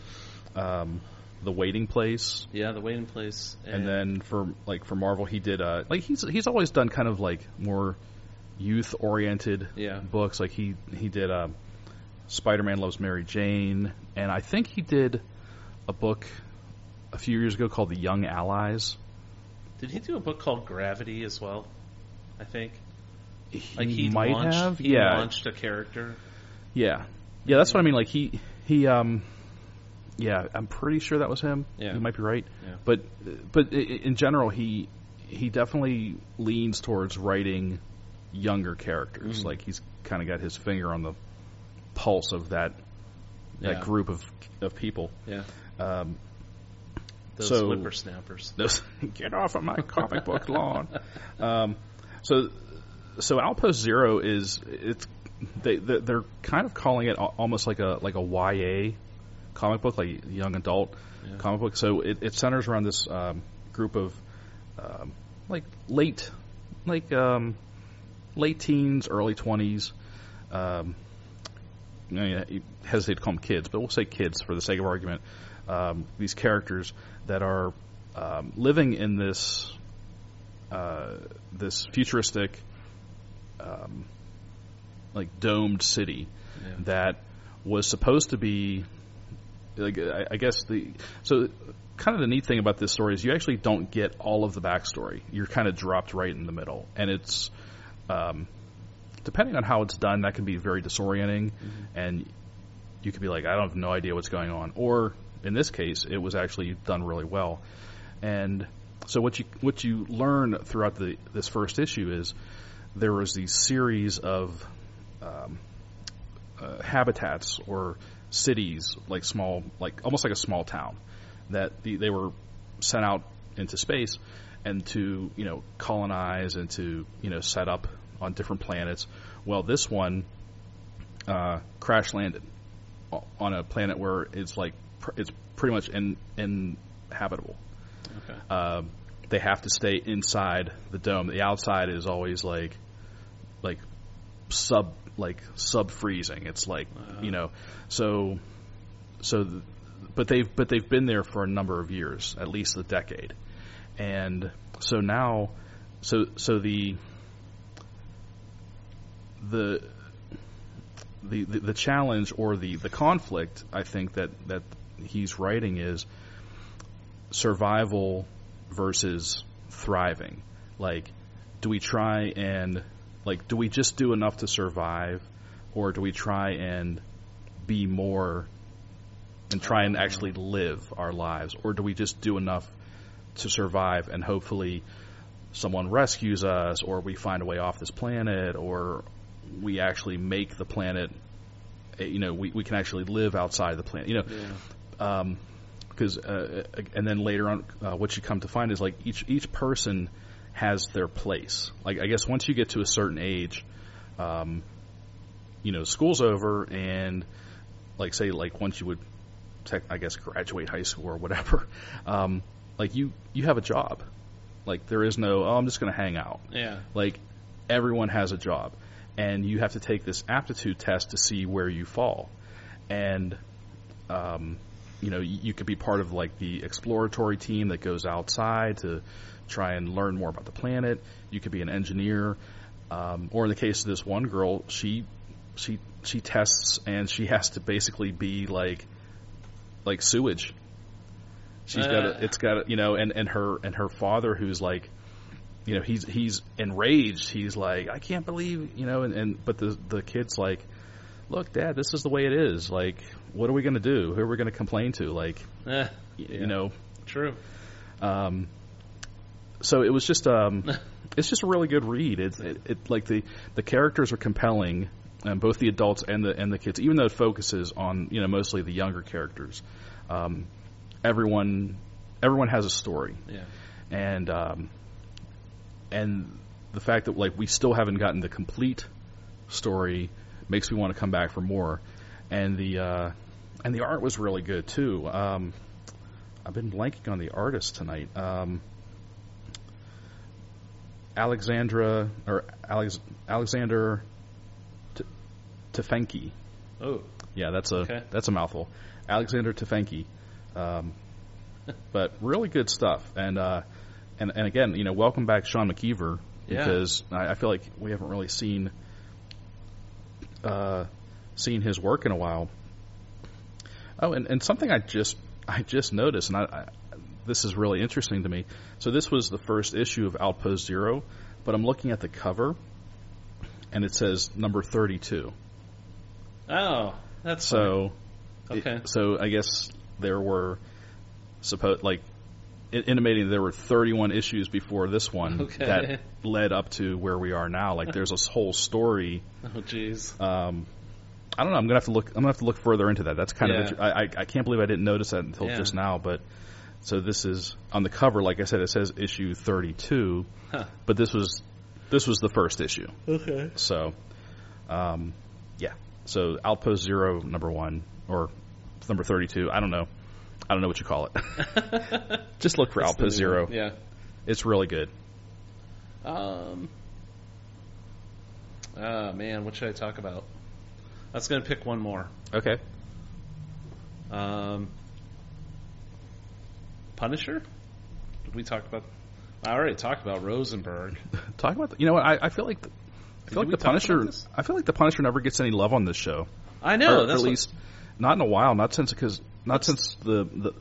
B: um, the Waiting Place,
C: Yeah, the waiting place.
B: and then for like for Marvel, he did uh, like he's he's always done kind of like more youth oriented
C: yeah,
B: books. Like he he did um, Spider Man Loves Mary Jane, and I think he did a book a few years ago called The Young Allies.
C: did he do a book called Gravity as well? I think
B: He,
C: like he
B: might
C: launched,
B: have,
C: he
B: yeah,
C: launched a character.
B: yeah, yeah. That's what I mean. Like he he um. Yeah, I'm pretty sure that was him.
C: Yeah.
B: You might be right,
C: Yeah.
B: but but i- i- in general, he he definitely leans towards writing younger characters.
C: Mhm.
B: Like he's kind of got his finger on the pulse of that that
C: yeah,
B: group of of people.
C: Yeah.
B: Um,
C: those
B: so-
C: whippersnappers.
B: those get off of my comic book lawn. Um, so, so Outpost Zero is it's they they're they're kind of calling it al- almost like a like a YA comic book, like young adult
C: Yeah.
B: comic book. So it, it centers around this um, group of um, like late like um, late teens, early twenties. Um, I mean, you hesitate to call them kids, but we'll say kids for the sake of argument. Um, these characters that are um, living in this uh, this futuristic, um, like domed city
A: Yeah.
B: that was supposed to be like I, I guess the so kind of the neat thing about this story is you actually don't get all of the backstory. You're kind of dropped right in the middle, and it's um, depending on how it's done, that can be very disorienting, and you could be like, I don't have no idea what's going on. Or in this case, it was actually done really well, and so what you what you learn throughout the this first issue is there was these series of um, uh, habitats or cities, like small, like almost like a small town, that the, they were sent out into space and to you know colonize and to you know set up on different planets. Well, this one uh, crash landed o- on a planet where it's like pr- it's pretty much in, inhabitable.
C: Okay.
B: Um, they have to stay inside the dome. The outside is always like like sub like sub freezing. It's like
C: Wow.
B: you know so so th- but they've but they've been there for a number of years, at least a decade, and so now so so the the the, the, the challenge or the, the conflict I think that, that he's writing is survival versus thriving. Like, do we try and like do we just do enough to survive, or do we try and be more and try and actually live our lives, or do we just do enough to survive and hopefully someone rescues us, or we find a way off this planet, or we actually make the planet. eh, You know, we, we can actually live outside the planet. You know,
C: Yeah.
B: um, because uh, and then later on, uh, what you come to find is like each each person has their place. Like I guess once you get to a certain age, um, you know, school's over, and like say like once you would, tech, I guess, graduate high school or whatever, um, like you you have a job. Like there is no oh I'm just going to hang out.
C: Yeah.
B: Like everyone has a job, and you have to take this aptitude test to see where you fall. And um, you know, you, you could be part of like the exploratory team that goes outside to try and learn more about the planet. You could be an engineer, um, or in the case of this one girl, she she she tests and she has to basically be like like sewage. She's got
C: Uh.
B: a, it's got a, you know, and and her and her father who's like you know he's he's enraged. He's like, I can't believe you know, and, and but the the kid's like, look, Dad, this is the way it is. Like, what are we going to do? Who are we going to complain to? Like,
C: Eh,
B: y-
C: Yeah.
B: you know,
C: true.
B: um, so it was just um, it's just a really good read. It's it, it like the the characters are compelling, um, both the adults and the and the kids. Even though it focuses on you know mostly the younger characters, um, everyone everyone has a story
C: Yeah.
B: and um, and the fact that like we still haven't gotten the complete story makes me want to come back for more. And the uh, and the art was really good too. Um, I've been blanking on the artist tonight. Um, Alexandra or Alex, Alexander T- Tefenki.
C: Oh.
B: Yeah, that's a
C: Okay.
B: that's a mouthful. Alexander Tefenki, um, but really good stuff. And uh, and and again, you know, welcome back Sean McKeever
C: Yeah.
B: because I, I feel like we haven't really seen uh, seen his work in a while. Oh, and, and something I just I just noticed, and I, I this is really interesting to me. So this was the first issue of Outpost Zero, but I'm looking at the cover, and it says number thirty two.
C: Oh. That's
B: So.
C: funny. okay.
B: So I guess there were supposed like in- intimating there were 31 issues before this one
C: Okay.
B: that led up to where we are now. Like there's this whole story.
C: oh jeez.
B: Um, I don't know. I'm gonna have to look. I'm gonna have to look further into that. That's kind
C: Yeah.
B: of. Inter- I, I I can't believe I didn't notice that until
C: Yeah.
B: just now. But so this is on the cover. Like I said, it says issue 32,
C: Huh.
B: but this was this was the first issue.
C: Okay.
B: So, um, yeah. So Outpost Zero, number one, or number thirty-two. I don't know. I don't know what you call it. Just look for Outpost Zero.
C: Yeah.
B: It's really good.
C: Um. Ah man, what should I talk about? I was gonna pick one more.
B: Okay.
C: Um, Punisher. Did we talk about? I already talked about Rosenberg.
B: Talk about the, you know what I, I feel like the, I
C: Did
B: feel like
C: we
B: the
C: talk about
B: Punisher.
C: this?
B: I feel like the Punisher never gets any love on this show.
C: I know.
B: or
C: that's
B: at
C: what-
B: least not in a while. Not since because not since the, the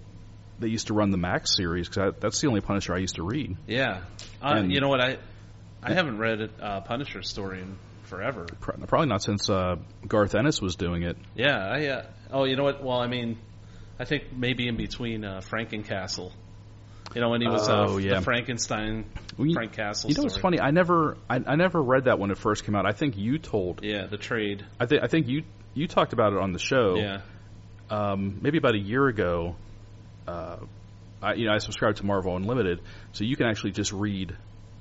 B: they used to run the Max series because that's the only Punisher I used to read.
C: yeah. I,
B: And-
C: you know what? I I haven't read a uh, Punisher story in forever.
B: Pro- Probably not since uh, Garth Ennis was doing it.
C: Yeah. I, uh, oh, you know what? Well, I mean, I think maybe in between uh, Frankencastle. You know when he was uh,
B: Oh, yeah.
C: the Frankenstein
B: Well, you-
C: Frank Castle.
B: You know what's
C: story.
B: funny? I never I, I never read that when it first came out. I think you told
C: Yeah, the trade.
B: I think I think you you talked about it on the show.
C: Yeah.
B: um, maybe about a year ago, uh, I, you know, I subscribed to Marvel Unlimited, so you can actually just read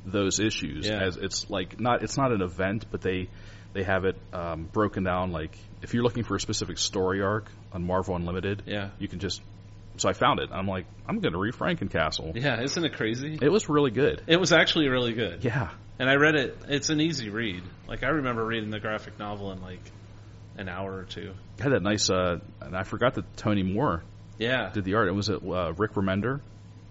B: those issues.
C: Yeah.
B: As it's like not it's not an event, but they they have it um, broken down. Like if you're looking for a specific story arc on Marvel Unlimited,
C: Yeah.
B: you can just. So I found it. I'm like, I'm going to read Frankencastle.
C: Yeah, isn't it crazy?
B: It was really good.
C: It was actually really good.
B: Yeah.
C: And I read it. It's an easy read. Like I remember reading the graphic novel in like an hour or two.
B: It had that nice, uh, and I forgot that Tony Moore
C: Yeah.
B: did the art. It was it uh, Rick Remender.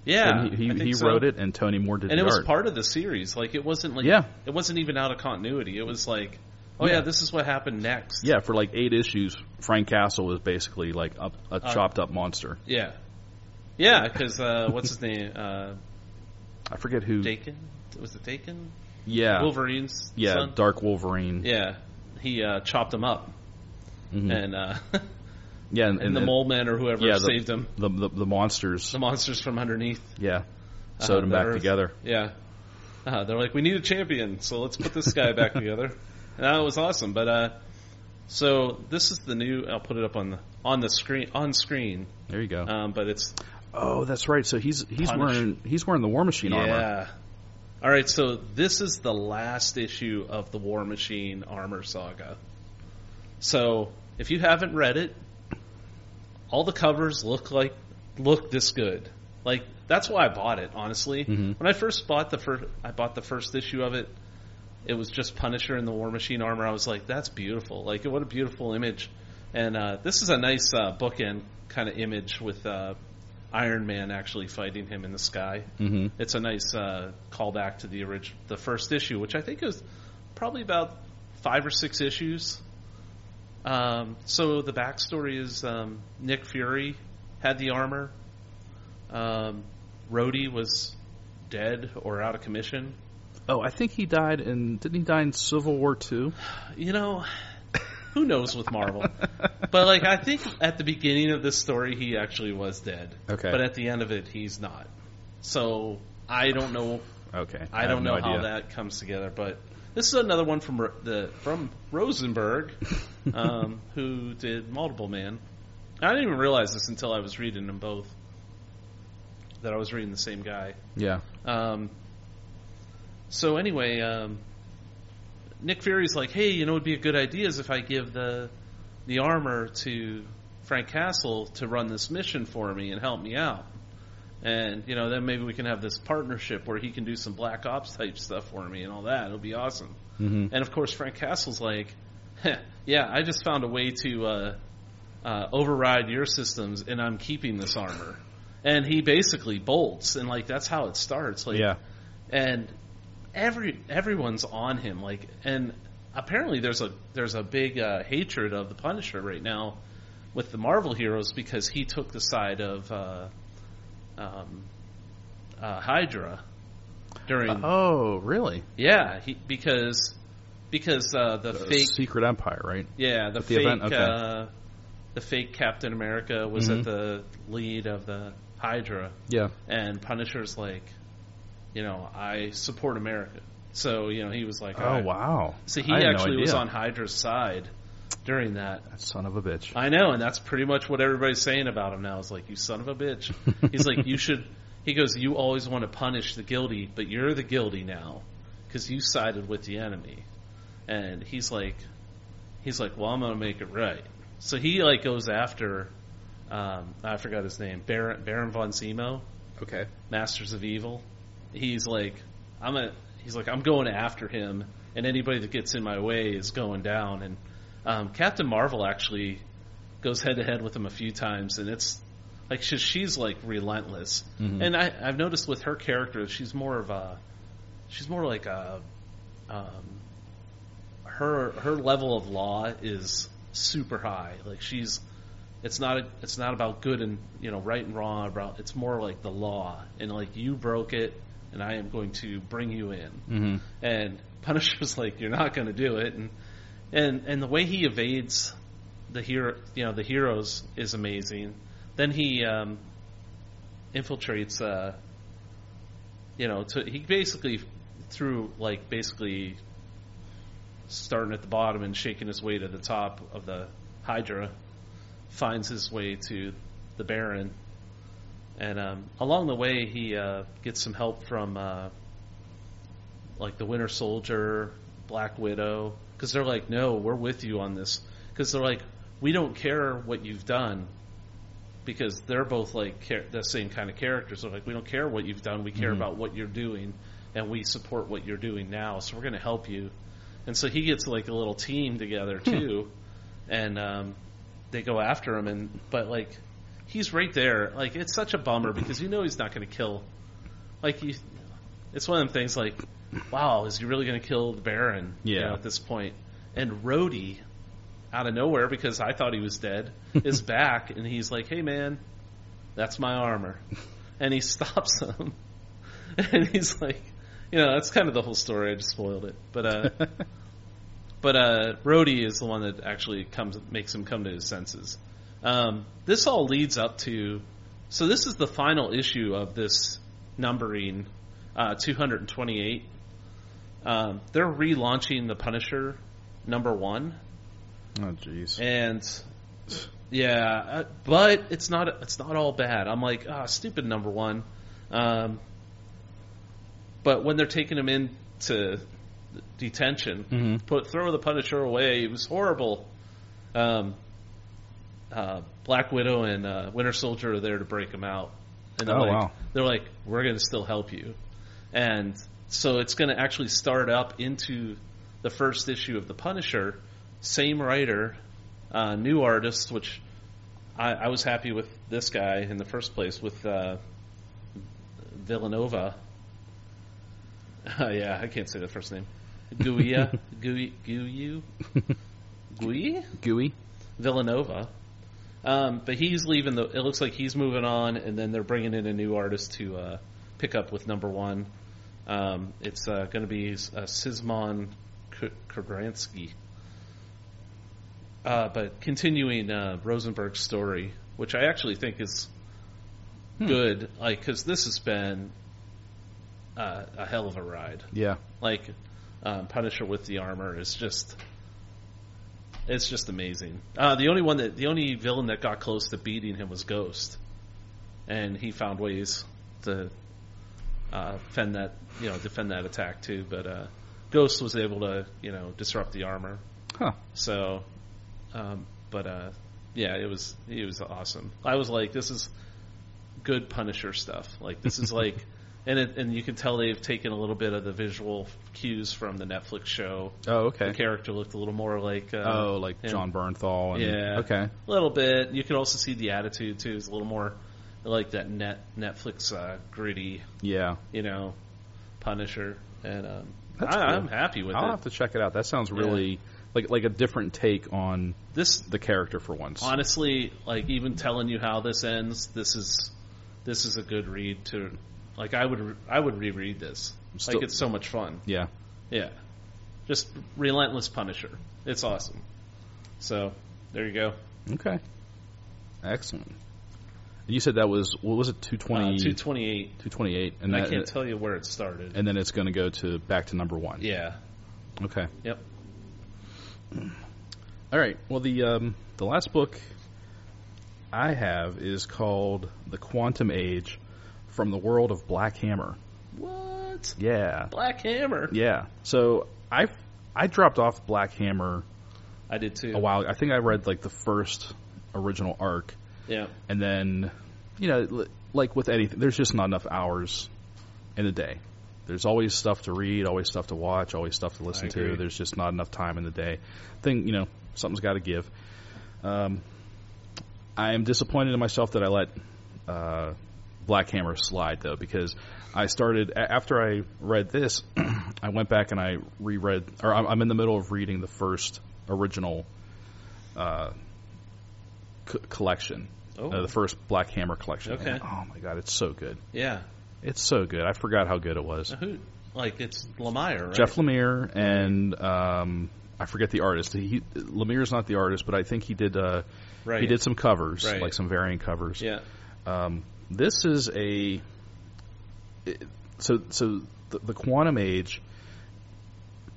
C: Yeah.
B: And he he,
C: I think
B: he
C: so.
B: wrote it, and Tony Moore did
C: And
B: the
C: it was
B: art.
C: part of the series. Like it wasn't like
B: Yeah.
C: it wasn't even out of continuity. It was like, oh yeah,
B: Yeah.
C: this is what happened next.
B: Yeah, for like eight issues, Frank Castle was basically like a, a
C: Uh,
B: chopped up monster.
C: Yeah. Yeah, because uh, what's his name? Uh,
B: I forget who.
C: Dakin? Was it Dakin?
B: yeah,
C: Wolverine's
B: yeah,
C: son?
B: Dark Wolverine.
C: Yeah. He uh, chopped him up.
B: Mhm.
C: And uh,
B: yeah, and,
C: and, the
B: and-
C: mole men or whoever
B: Yeah, the-
C: saved him.
B: the, the the monsters.
C: The monsters from underneath.
B: Yeah,
C: uh,
B: sewed them
C: the
B: back
C: Earth.
B: together.
C: Yeah. Uh, they're like, we need a champion, so let's put this guy back together. And that was awesome. But uh, so this is the new. I'll put it up on the on the screen on screen.
B: There you go.
C: Um, but it's
B: oh, that's right. So he's he's
C: Punish.
B: wearing he's wearing the War Machine armor.
C: yeah. All right, so this is the last issue of the War Machine armor saga. So if you haven't read it, all the covers look like look this good. Like that's why I bought it. Honestly,
B: Mhm.
C: when I first bought the first, I bought the first issue of it. It was just Punisher in the War Machine armor. I was like, that's beautiful. Like what a beautiful image. And uh, this is a nice uh, bookend kind of image with uh, Iron Man actually fighting him in the sky
B: hmm
C: it's a nice uh, callback to the orig- the first issue, which I think is probably about five or six issues. Um, so the backstory is um, Nick Fury had the armor. Um, Rhodey was dead or out of commission.
B: Oh, I think he died in didn't he die in Civil War Two?
C: You know, who knows with Marvel? but like, I think at the beginning of this story, he actually was dead.
B: Okay.
C: But at the end of it, he's not. So I don't know
B: Okay,
C: I
B: have
C: don't know
B: no
C: how
B: idea.
C: that comes together, but this is another one from Ro- the from Rosenberg, um, who did Multiple Man. I didn't even realize this until I was reading them both. That I was reading the same guy.
B: Yeah,
C: Um, so anyway, um, Nick Fury's like, "Hey, you know, it'd be a good idea is if I give the the armor to Frank Castle to run this mission for me and help me out, and you know, then maybe we can have this partnership where he can do some Black Ops type stuff for me and all that. It'll be awesome."
B: hmm
C: And of course, Frank Castle's like, "Heh, "Yeah, I just found a way to uh, uh, override your systems, and I'm keeping this armor." And he basically bolts, and like that's how it starts. Like,
B: yeah.
C: and every everyone's on him. Like, and apparently there's a there's a big uh, hatred of the Punisher right now with the Marvel heroes because he took the side of uh, um, uh, Hydra during
B: Oh, really?
C: yeah, he, because because uh, the
B: Uh,
C: fake
B: Secret Empire, right?
C: yeah the,
B: the
C: fake
B: event, okay.
C: uh, the fake Captain America was
B: Mhm.
C: at the lead of the Hydra,
B: Yeah.
C: and Punisher's like, you know, I support America, so you know he was like,
B: Oh
C: "Alright."
B: wow.
C: So he
B: I had no
C: actually was
B: idea.
C: on Hydra's side during that.
B: That son of a bitch.
C: I know, and that's pretty much what everybody's saying about him now. Is like, you son of a bitch. Uh, He's like, you should. He goes, you always want to punish the guilty, but you're the guilty now because you sided with the enemy. And he's like, he's like, well, I'm gonna make it right. So he like goes after, um, I forgot his name, Baron Baron von Zemo,
B: Okay.
C: Masters of Evil. He's like, I'm a. He's like, I'm going after him, and anybody that gets in my way is going down. And um, Captain Marvel actually goes head to head with him a few times, and it's. Like she, she's like relentless,
B: Mhm.
C: and I, I've noticed with her character, she's more of a, she's more like a, um, her her level of law is super high. Like she's, it's not a, it's not about good and you know right and wrong. About it's more like the law and like you broke it, and I am going to bring you in
B: Mm-hmm.
C: and Punisher's like, "You're not going to do it," and and and the way he evades the hero, you know, the heroes is amazing. Then he um, infiltrates, uh, you know, to, he basically through like basically starting at the bottom and shaking his way to the top of the Hydra, finds his way to the Baron. And um, along the way, he uh, gets some help from uh, like the Winter Soldier, Black Widow, because they're like, no, we're with you on this. Because they're like, we don't care what you've done, because they're both like char- the same kind of characters. They're like, we don't care what you've done, we care
B: Mhm.
C: about what you're doing, and we support what you're doing now, so we're going to help you. And so he gets like a little team together too, and um, they go after him. And but like, he's right there. Like it's such a bummer because you know he's not going to kill. Like you, it's one of them things. Like, wow, is he really going to kill the Baron? you
B: Yeah.
C: know, at this point, and Rhodey, out of nowhere because I thought he was dead, is back and he's like, "Hey man, that's my armor," and he stops him, and he's like. You know, that's kind of the whole story. I just spoiled it, but uh, but uh, Rhodey is the one that actually comes makes him come to his senses. Um, this all leads up to, so this is the final issue of this numbering, uh, 228. Um, they're relaunching the Punisher number one,
B: Oh jeez.
C: and yeah, uh, but it's not it's not all bad. I'm like, ah, stupid number one. Um, but when they're taking him in to detention,
B: Mm-hmm.
C: put throw the Punisher away. It was horrible. Um, uh, Black Widow and uh, Winter Soldier are there to break him out, and they're
B: Oh,
C: like,
B: wow.
C: they're like, we're going to still help you, and so it's going to actually start up into the first issue of the Punisher. Same writer, uh, new artist, which I, I was happy with this guy in the first place with uh, Villanova. yeah, I can't say the first name. Guia, Gui, Guyu, Gui,
B: Gooey.
C: Villanova. Um, but he's leaving. The it looks like he's moving on, and then they're bringing in a new artist to uh, pick up with number one. Um, it's uh, going to be uh, Sismon K- Kubransky. Uh, but continuing uh, Rosenberg's story, which I actually think is
B: Hmm.
C: good, like because this has been uh, a hell of a ride
B: Yeah.
C: like um, Punisher with the armor is just it's just amazing. Uh, the only one that the only villain that got close to beating him was Ghost, and he found ways to uh, fend that you know defend that attack too. But uh, Ghost was able to you know disrupt the armor.
B: Huh.
C: So, um, but uh, yeah, it was it was awesome. I was like, this is good Punisher stuff. Like this is like, and it, and you can tell they've taken a little bit of the visual cues from the Netflix show.
B: Oh
C: The
B: okay.
C: character looked a little more like uh,
B: Oh, like
C: Yeah.
B: John Bernthal. And,
C: Yeah.
B: Okay.
C: a little bit. You can also see the attitude too is a little more like that net Netflix uh, gritty,
B: Yeah.
C: you know, Punisher. And um,
B: That's
C: I,
B: cool.
C: I'm happy with
B: I'll
C: it.
B: have to check it out. That sounds really like like a different take on
C: This
B: the character for once.
C: honestly, like even telling you how this ends, this is this is a good read to like I would I would reread this.
B: Still-
C: like it's so much fun.
B: yeah.
C: Yeah. Just relentless punisher. It's awesome. So, there you go. Uh,
B: Okay. Excellent. You said that was what was it 220
C: Uh, 228.
B: 228 and
C: And I
B: that,
C: can't tell you where it started.
B: and then it's going to go to back to number 1.
C: yeah.
B: Okay. Hmm.
C: Yep.
B: All right. Well, the um, the last book I have is called The Quantum Age from the World of Black Hammer.
C: What?
B: Yeah.
C: Black Hammer.
B: Yeah. So I I dropped off Black Hammer
C: I did too.
B: a while. I think I read like the first original arc,
C: Yeah.
B: and then you know, li- like with anything, there's just not enough hours in a day. There's always stuff to read, always stuff to watch, always stuff to listen to.
C: agree.
B: There's just not enough time in the day. Thing you know, something's got to give. Um, I am disappointed in myself that I let uh, Black Hammer slide though, because I started a- after I read this, I went back and I reread, or I'm, I'm in the middle of reading the first original uh, c- collection,
D: Oh,
B: uh, the first Black Hammer collection.
D: Okay.
B: And, oh my god, it's so good!
D: yeah.
B: It's so good. I forgot how good it was.
D: Now who? Like it's Lemire, right?
B: Jeff Lemire and um, I forget the artist. He Lemire's not the artist, but I think he did uh,
D: right.
B: he did some covers,
D: Right.
B: like some variant covers.
D: Yeah.
B: Um, this is a it- so so the, the quantum age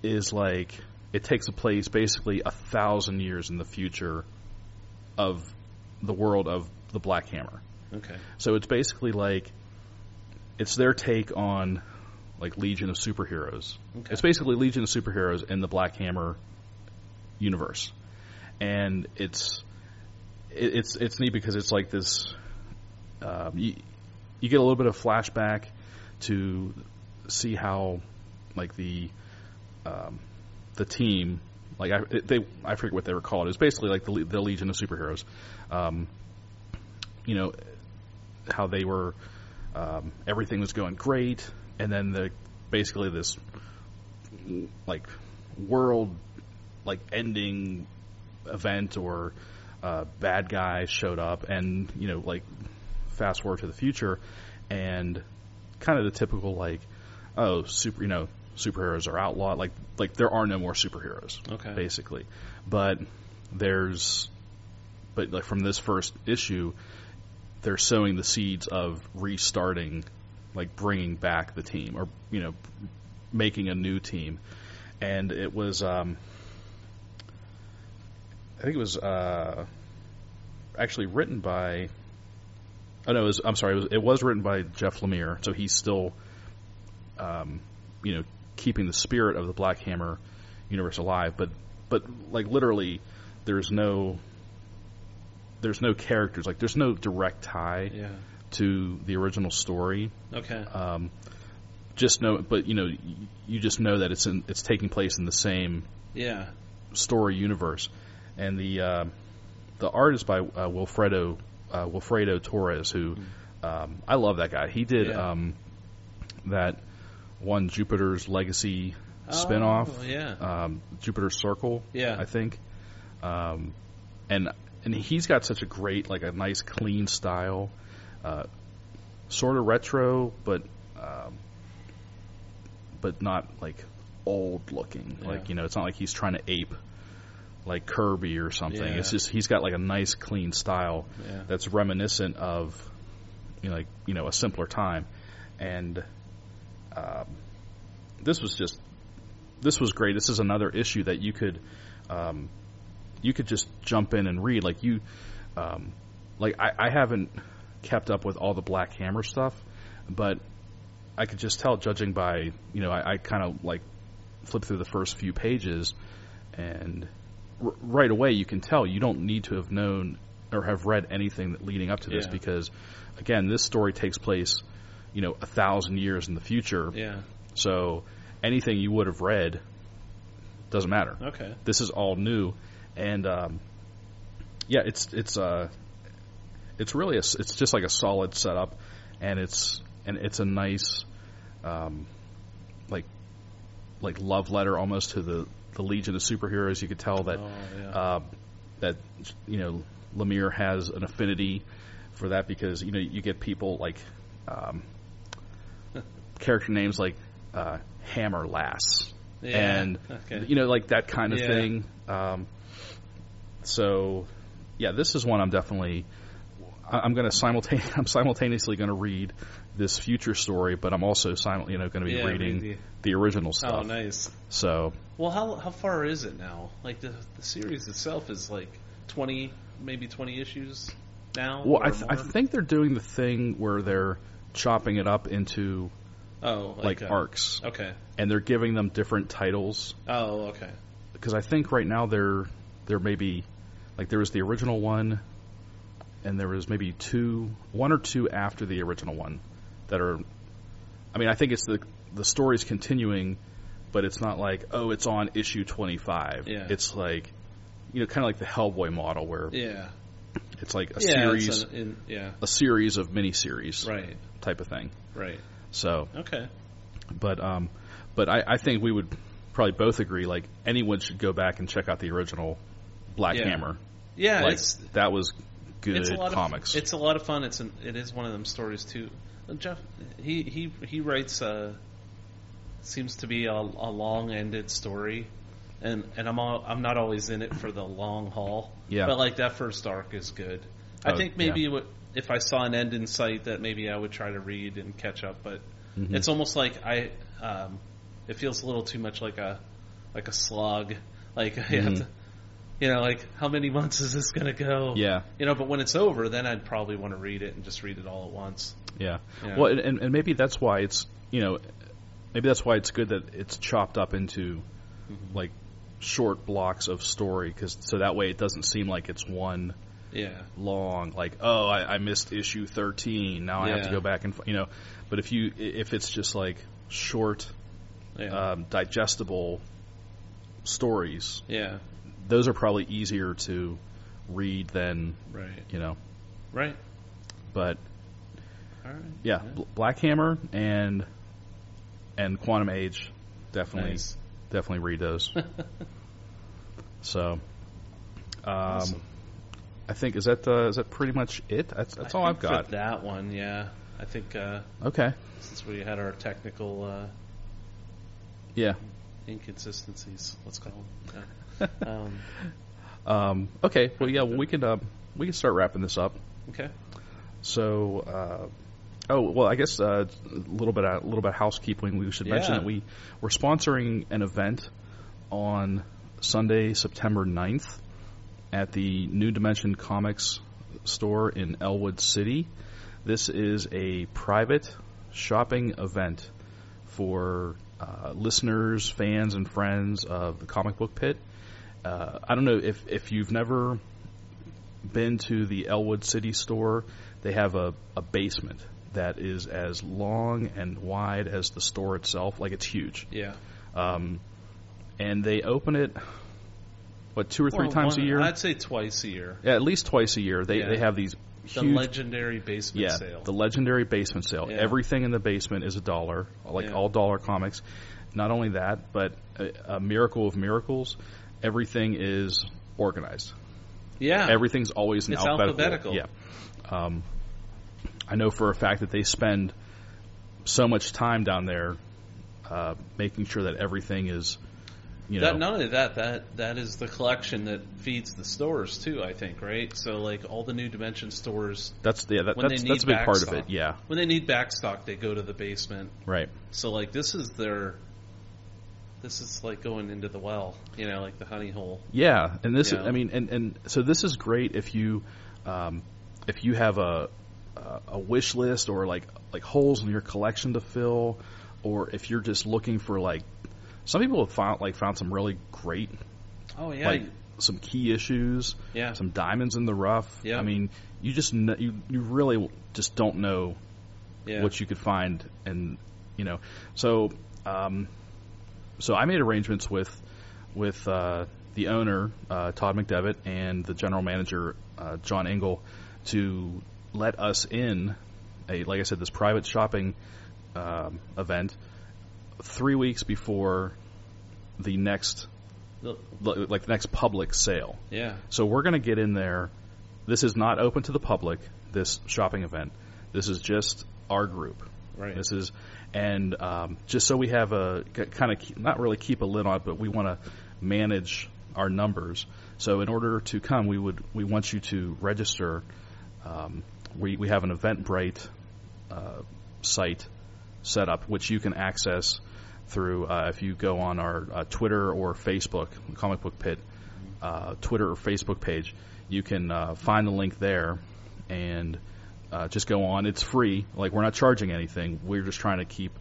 B: is like it takes place basically a thousand years in the future of the world of the Black Hammer.
D: Okay.
B: So it's basically like it's their take on like Legion of Superheroes.
D: Okay.
B: It's basically Legion of Superheroes in the Black Hammer universe, and it's it, it's it's neat because it's like this. Um, you, you get a little bit of flashback to see how like the um, the team like I it- they I forget what they were called. It was basically like the Le- the Legion of Superheroes. Um, you know how they were um, everything was going great, and then the basically this like world like ending event or uh, bad guy showed up and you know like fast forward to the future and kind of the typical like oh super you know superheroes are outlawed like like there are no more superheroes
D: Okay.
B: basically but there's but like from this first issue they're sowing the seeds of restarting like bringing back the team or you know making a new team and it was um i think it was uh actually written by oh no it was, i'm sorry it was, it was written by jeff lemire so he's still um you know keeping the spirit of the black hammer universe alive but but like literally there's no there's no characters like there's no direct tie
D: Yeah.
B: to the original story
D: Okay.
B: um, just know but you know y- you just know that it's in it's taking place in the same
D: Yeah.
B: story universe and the uh, the art is by uh, Wilfredo uh, Wilfredo Torres who um, I love that guy he
D: Mm.
B: did
D: Yeah.
B: um, that one Jupiter's Legacy spin-off
D: Oh, yeah.
B: um, Jupiter's Circle
D: Yeah.
B: I think um, and and he's got such a great like a nice clean style uh, sort of retro but um, but not like old looking
D: Yeah.
B: like you know it's not like he's trying to ape like Kirby or something
D: Yeah.
B: it's just he's got like a nice clean style
D: yeah.
B: that's reminiscent of you know, like you know a simpler time and um, this was just this was great this is another issue that you could um, you could just jump in and read like you um, like I, I haven't kept up with all the black hammer stuff but i could just tell judging by you know i, I kind of like flip through the first few pages and r- right away you can tell you don't need to have known or have read anything that leading up to this
D: Yeah.
B: because again this story takes place you know a thousand years in the future
D: Yeah.
B: so anything you would have read doesn't matter
D: Okay.
B: this is all new, and um, yeah, it's it's uh, it's really a, s- it's just like a solid setup, and it's and it's a nice um, like like love letter almost to the the Legion of Superheroes. You could tell that
D: oh, yeah.
B: uh, that you know Lemire has an affinity for that because you know you get people like um, character names like uh, Hammer Lass
D: yeah.
B: and,
D: okay.
B: you know, like that kind of
D: Yeah.
B: thing. Um, so, yeah, this is one I'm definitely. I- I'm going to simultaneously. I'm simultaneously going to read this future story, but I'm also simul- you know going to be
D: yeah,
B: reading
D: read
B: the original
D: the- oh,
B: stuff.
D: nice.
B: So
D: Well, how how far is it now? Like the the series itself is like twenty, maybe twenty issues now.
B: well,
D: or
B: I, th- I
D: more?
B: think they're doing the thing where they're chopping it up into
D: oh,
B: like,
D: uh,
B: arcs,
D: Okay.
B: and they're giving them different titles
D: Oh, okay.
B: because I think right now they're they're maybe like there was the original one, and there was maybe two, one or two after the original one that are. I mean, I think it's the the story's continuing, but it's not like oh, it's on issue twenty five.
D: Yeah.
B: It's like, you know, kind of like the Hellboy model where
D: Yeah.
B: It's like a
C: yeah, it's
B: series, a,
C: an- in- yeah,
B: series of miniseries
C: right,
B: type of thing.
C: right.
B: So,
C: Okay.
B: but um, but I, I think we would probably both agree like anyone should go back and check out the original Black
C: Yeah.
B: Hammer.
C: Yeah,
B: like
C: it's
B: that was good
C: it's a lot
B: comics.
C: Of, it's a lot of fun. It's an, it is one of them stories too. Uh, Jeff he he he writes uh seems to be a, a long ended story, and and I'm all, I'm not always in it for the long haul.
B: Yeah.
C: but like that first arc is good.
B: Oh,
C: I think maybe what, if I saw an end in sight, that maybe I would try to read and catch up. But
B: Mhm.
C: it's almost like I um, it feels a little too much like a like a slog. Like I have
B: Mhm.
C: to. You know, like how many months is this gonna go?
B: yeah,
C: You know, but when it's over, then I'd probably want to read it and just read it all at once.
B: yeah.
C: Yeah.
B: Well, and, and maybe that's why it's you know, maybe that's why it's good that it's chopped up into
C: Mm-hmm.
B: like short blocks of story because so that way it doesn't seem like it's one
C: Yeah.
B: long like oh I, I missed issue thirteen now I have to
C: Yeah.
B: go back and f- you know, but if you i- if it's just like short
C: Yeah.
B: um, digestible stories,
C: yeah.
B: those are probably easier to read than
C: Right.
B: you know,
C: Right.
B: but
C: All right.
B: yeah,
C: Yeah.
B: Bl Black Hammer and and Quantum Age definitely
C: Nice.
B: definitely read those. so, um,
C: Awesome.
B: I think is that uh, is that pretty much it? That's, that's
C: I
B: all I've
C: think
B: got.
C: For that one, yeah. I think uh,
B: Okay,
C: since we had our technical uh,
B: yeah,
C: inconsistencies, let's call them. Yeah. um,
B: um, okay. Well, yeah, well, we can uh, we can start wrapping this up.
C: okay.
B: So, uh, oh well, I guess uh, a little bit a little bit of housekeeping. We should mention
C: Yeah.
B: that we we're sponsoring an event on Sunday, September 9th at the New Dimension Comics store in Elwood City. This is a private shopping event for uh, listeners, fans, and friends of the Comic Book Pit. Uh, I don't know if if you've never been to the Elwood City store, they have a, a basement that is as long and wide as the store itself. Like it's huge.
C: Yeah.
B: Um, and they open it, what, two or three
C: Well,
B: times
C: one-
B: a year?
C: I'd say twice a year.
B: yeah, at least twice a year. They,
C: Yeah.
B: they have these
C: The
B: huge.
C: legendary basement
B: yeah,
C: sale.
B: the legendary basement sale.
C: Yeah.
B: Everything in the basement is a dollar, like
C: Yeah.
B: all dollar comics. Not only that, but a, a miracle of miracles, everything is organized.
C: yeah.
B: Everything's always in
C: It's
B: alphabetical.
C: alphabetical.
B: Yeah. Um, I know for a fact that they spend so much time down there uh, making sure that everything is, you know,
C: that, not only that, that that is the collection that feeds the stores too. I think, right? So like all the New Dimension stores,
B: that's yeah, that,
C: when
B: that's
C: they
B: that's a
C: need
B: big part of it.
C: backstock.
B: Yeah,
C: when they need backstock, they go to the basement.
B: right.
C: So like this is their, this is like going into the well, you know, like the honey hole.
B: Yeah, and this
C: Yeah.
B: I mean, and and so this is great if you, um, if you have a a- a wish list or like like holes in your collection to fill, or if you're just looking for like some people have found like found some really great
C: Oh yeah,
B: like some key issues
C: yeah,
B: some diamonds in the rough.
C: Yeah.
B: I mean, you just kn- you you really just don't know
C: yeah.
B: what you could find, and you know, so um, so I made arrangements with with uh, the owner uh, Todd McDevitt and the general manager uh, John Engel to let us in a like I said this private shopping um, event three weeks before the next
C: The-
B: like the next public sale.
C: yeah,
B: So we're going to get in there. This is not open to the public. This shopping event. This is just our group.
C: right.
B: This is, and um, just so we have a kind of not really keep a lid on, it, but we want to manage our numbers. So in order to come, we would we want you to register. Um, we we have an Eventbrite uh, site set up, which you can access through uh, if you go on our uh, Twitter or Facebook, Comic Book Pit, uh, Twitter or Facebook page. You can uh, find the link there and uh, just go on. It's free. Like we're not charging anything. We're just trying to keep,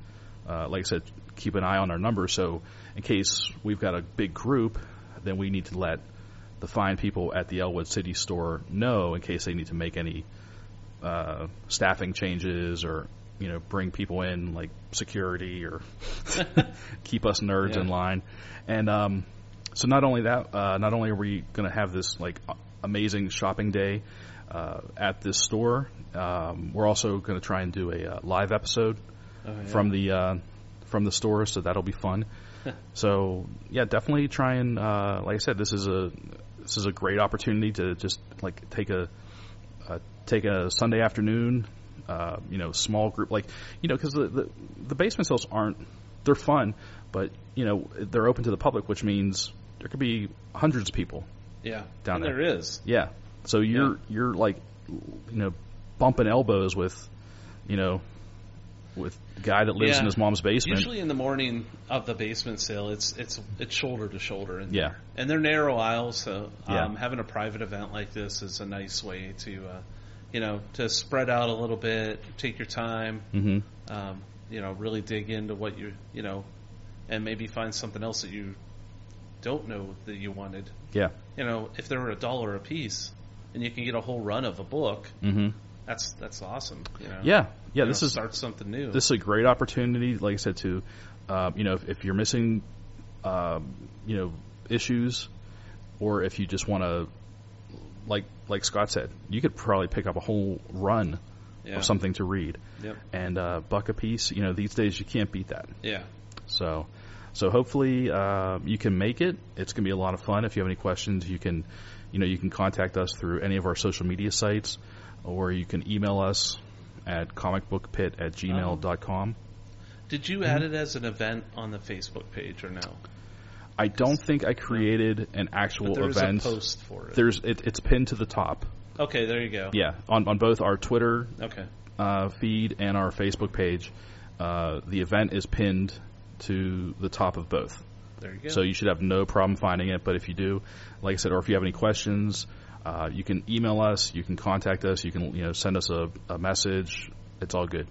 B: uh, like I said, keep an eye on our numbers. So in case we've got a big group, then we need to let the fine people at the Elwood City store know in case they need to make any uh, staffing changes or you know bring people in like security or keep us nerds in
C: Yeah.
B: line. And um, so not only that, uh, not only are we going to have this like amazing shopping day uh, at this store. Um, we're also going to try and do a uh, live episode
C: Oh,
B: from the uh, from the store, so that'll be fun. so yeah, definitely try and uh, like I said, this is a this is a great opportunity to just like take a uh, take a Sunday afternoon, uh, you know, small group like you know because the, the the basement sales aren't they're fun, but you know they're open to the public, which means there could be hundreds of people
C: yeah.
B: down
C: and
B: there.
C: there is.
B: Yeah. So you're you're like you know bumping elbows with you know with the guy that lives
C: Yeah.
B: in his mom's basement.
C: Usually in the morning of the basement sale, it's it's it's shoulder to shoulder in
B: Yeah.
C: there, and they're narrow aisles. So um,
B: Yeah.
C: having a private event like this is a nice way to, uh, you know, to spread out a little bit, take your time,
B: hmm
C: um, you know, really dig into what you you know, and maybe find something else that you don't know that you wanted.
B: Yeah.
C: You know, if they were a dollar a piece, and you can get a whole run of a book,
B: hmm
C: that's that's awesome. You know?
B: Yeah. Yeah.
C: You
B: This
C: know,
B: is
C: start something new.
B: this is a great opportunity. Like I said, to uh, you know if, if you're missing uh, you know issues, or if you just want to like like Scott said, you could probably pick up a whole run
C: yeah.
B: of something to read.
C: Yep.
B: And uh, buck a piece. You know these days you can't beat that.
C: yeah.
B: So, so hopefully uh, you can make it. It's going to be a lot of fun. If you have any questions, you can, you know, you can contact us through any of our social media sites, or you can email us at comicbookpit at
C: Oh.
B: gmail.com.
C: Did you add it as an event on the Facebook page or no?
B: I don't think I created an
C: But
B: actual
C: there is
B: event.
C: a post for it.
B: There's it, it's pinned to the top.
C: okay, there you go.
B: Yeah, on on both our Twitter
C: Okay.
B: uh, feed and our Facebook page, uh, the event is pinned to the top of both.
C: There you go.
B: So you should have no problem finding it. But if you do, like I said, or if you have any questions, uh, you can email us, you can contact us, you can you know send us a, a message. It's all good.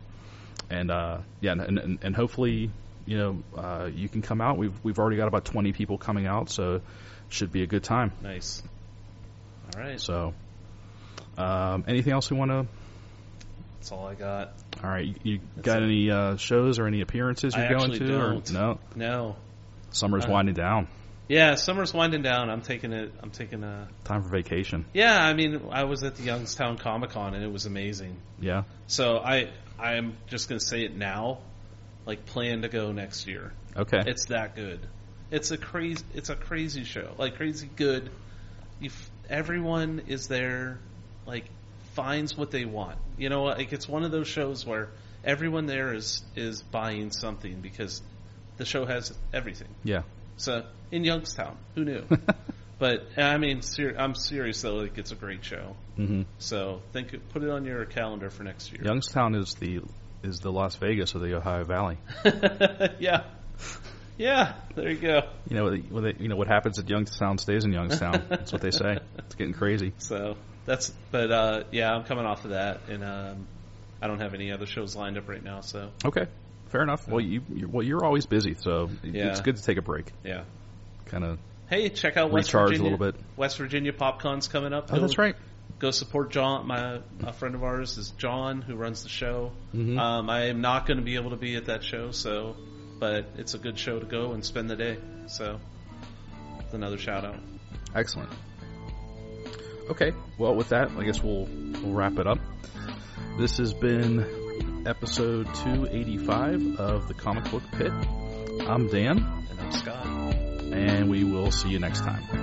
B: And uh, yeah, and, and, and hopefully you know uh, you can come out. We've we've already got about twenty people coming out, so should be a good time.
C: nice. All right.
B: So um, anything else we want to?
C: That's all I got.
B: All right, you, you got any uh, shows or any appearances you're
C: I
B: going
C: actually
B: to?
C: don't.
B: Or, no,
C: No.
B: summer's
C: Uh,
B: winding down.
C: Yeah, summer's winding down. I'm taking it. I'm taking a.
B: Time for vacation.
C: Yeah, I mean, I was at the Youngstown Comic Con and it was amazing.
B: Yeah.
C: So I, I'm just gonna say it now, like plan to go next year.
B: Okay.
C: It's that good. It's a crazy. It's a crazy show. Like crazy good. You f everyone is there. Like finds what they want. You know, like it's one of those shows where everyone there is is buying something because the show has everything.
B: Yeah.
C: So in Youngstown, who knew? but I mean, ser- I'm serious though. Like it's a great show.
B: hmm
C: So think put it on your calendar for next year.
B: Youngstown is the is the Las Vegas of the Ohio Valley.
C: yeah. Yeah, there you go.
B: You know, what they, you know what happens at Youngstown stays in Youngstown. That's what they say. It's getting crazy.
C: So that's, but uh, yeah, I'm coming off of that, and um, I don't have any other shows lined up right now. So
B: Okay, fair enough. Well, you you- well you're always busy, so
C: Yeah.
B: it's good to take a break.
C: yeah.
B: Kind of
C: Hey, check out West
B: recharge a
C: Virginia.
B: little bit.
C: West Virginia PopCon's coming up.
B: Oh, that's right.
C: Go support John. My a friend of ours is John, who runs the show.
B: Mhm.
C: Um, I am not going to be able to be at that show, so but it's a good show to go and spend the day. So it's another shout out.
B: Excellent. Okay, well with that, I guess we'll we'll wrap it up. This has been episode 285 of the Comic Book Pit. I'm Dan,
C: And I'm Scott.
B: and we will see you next time.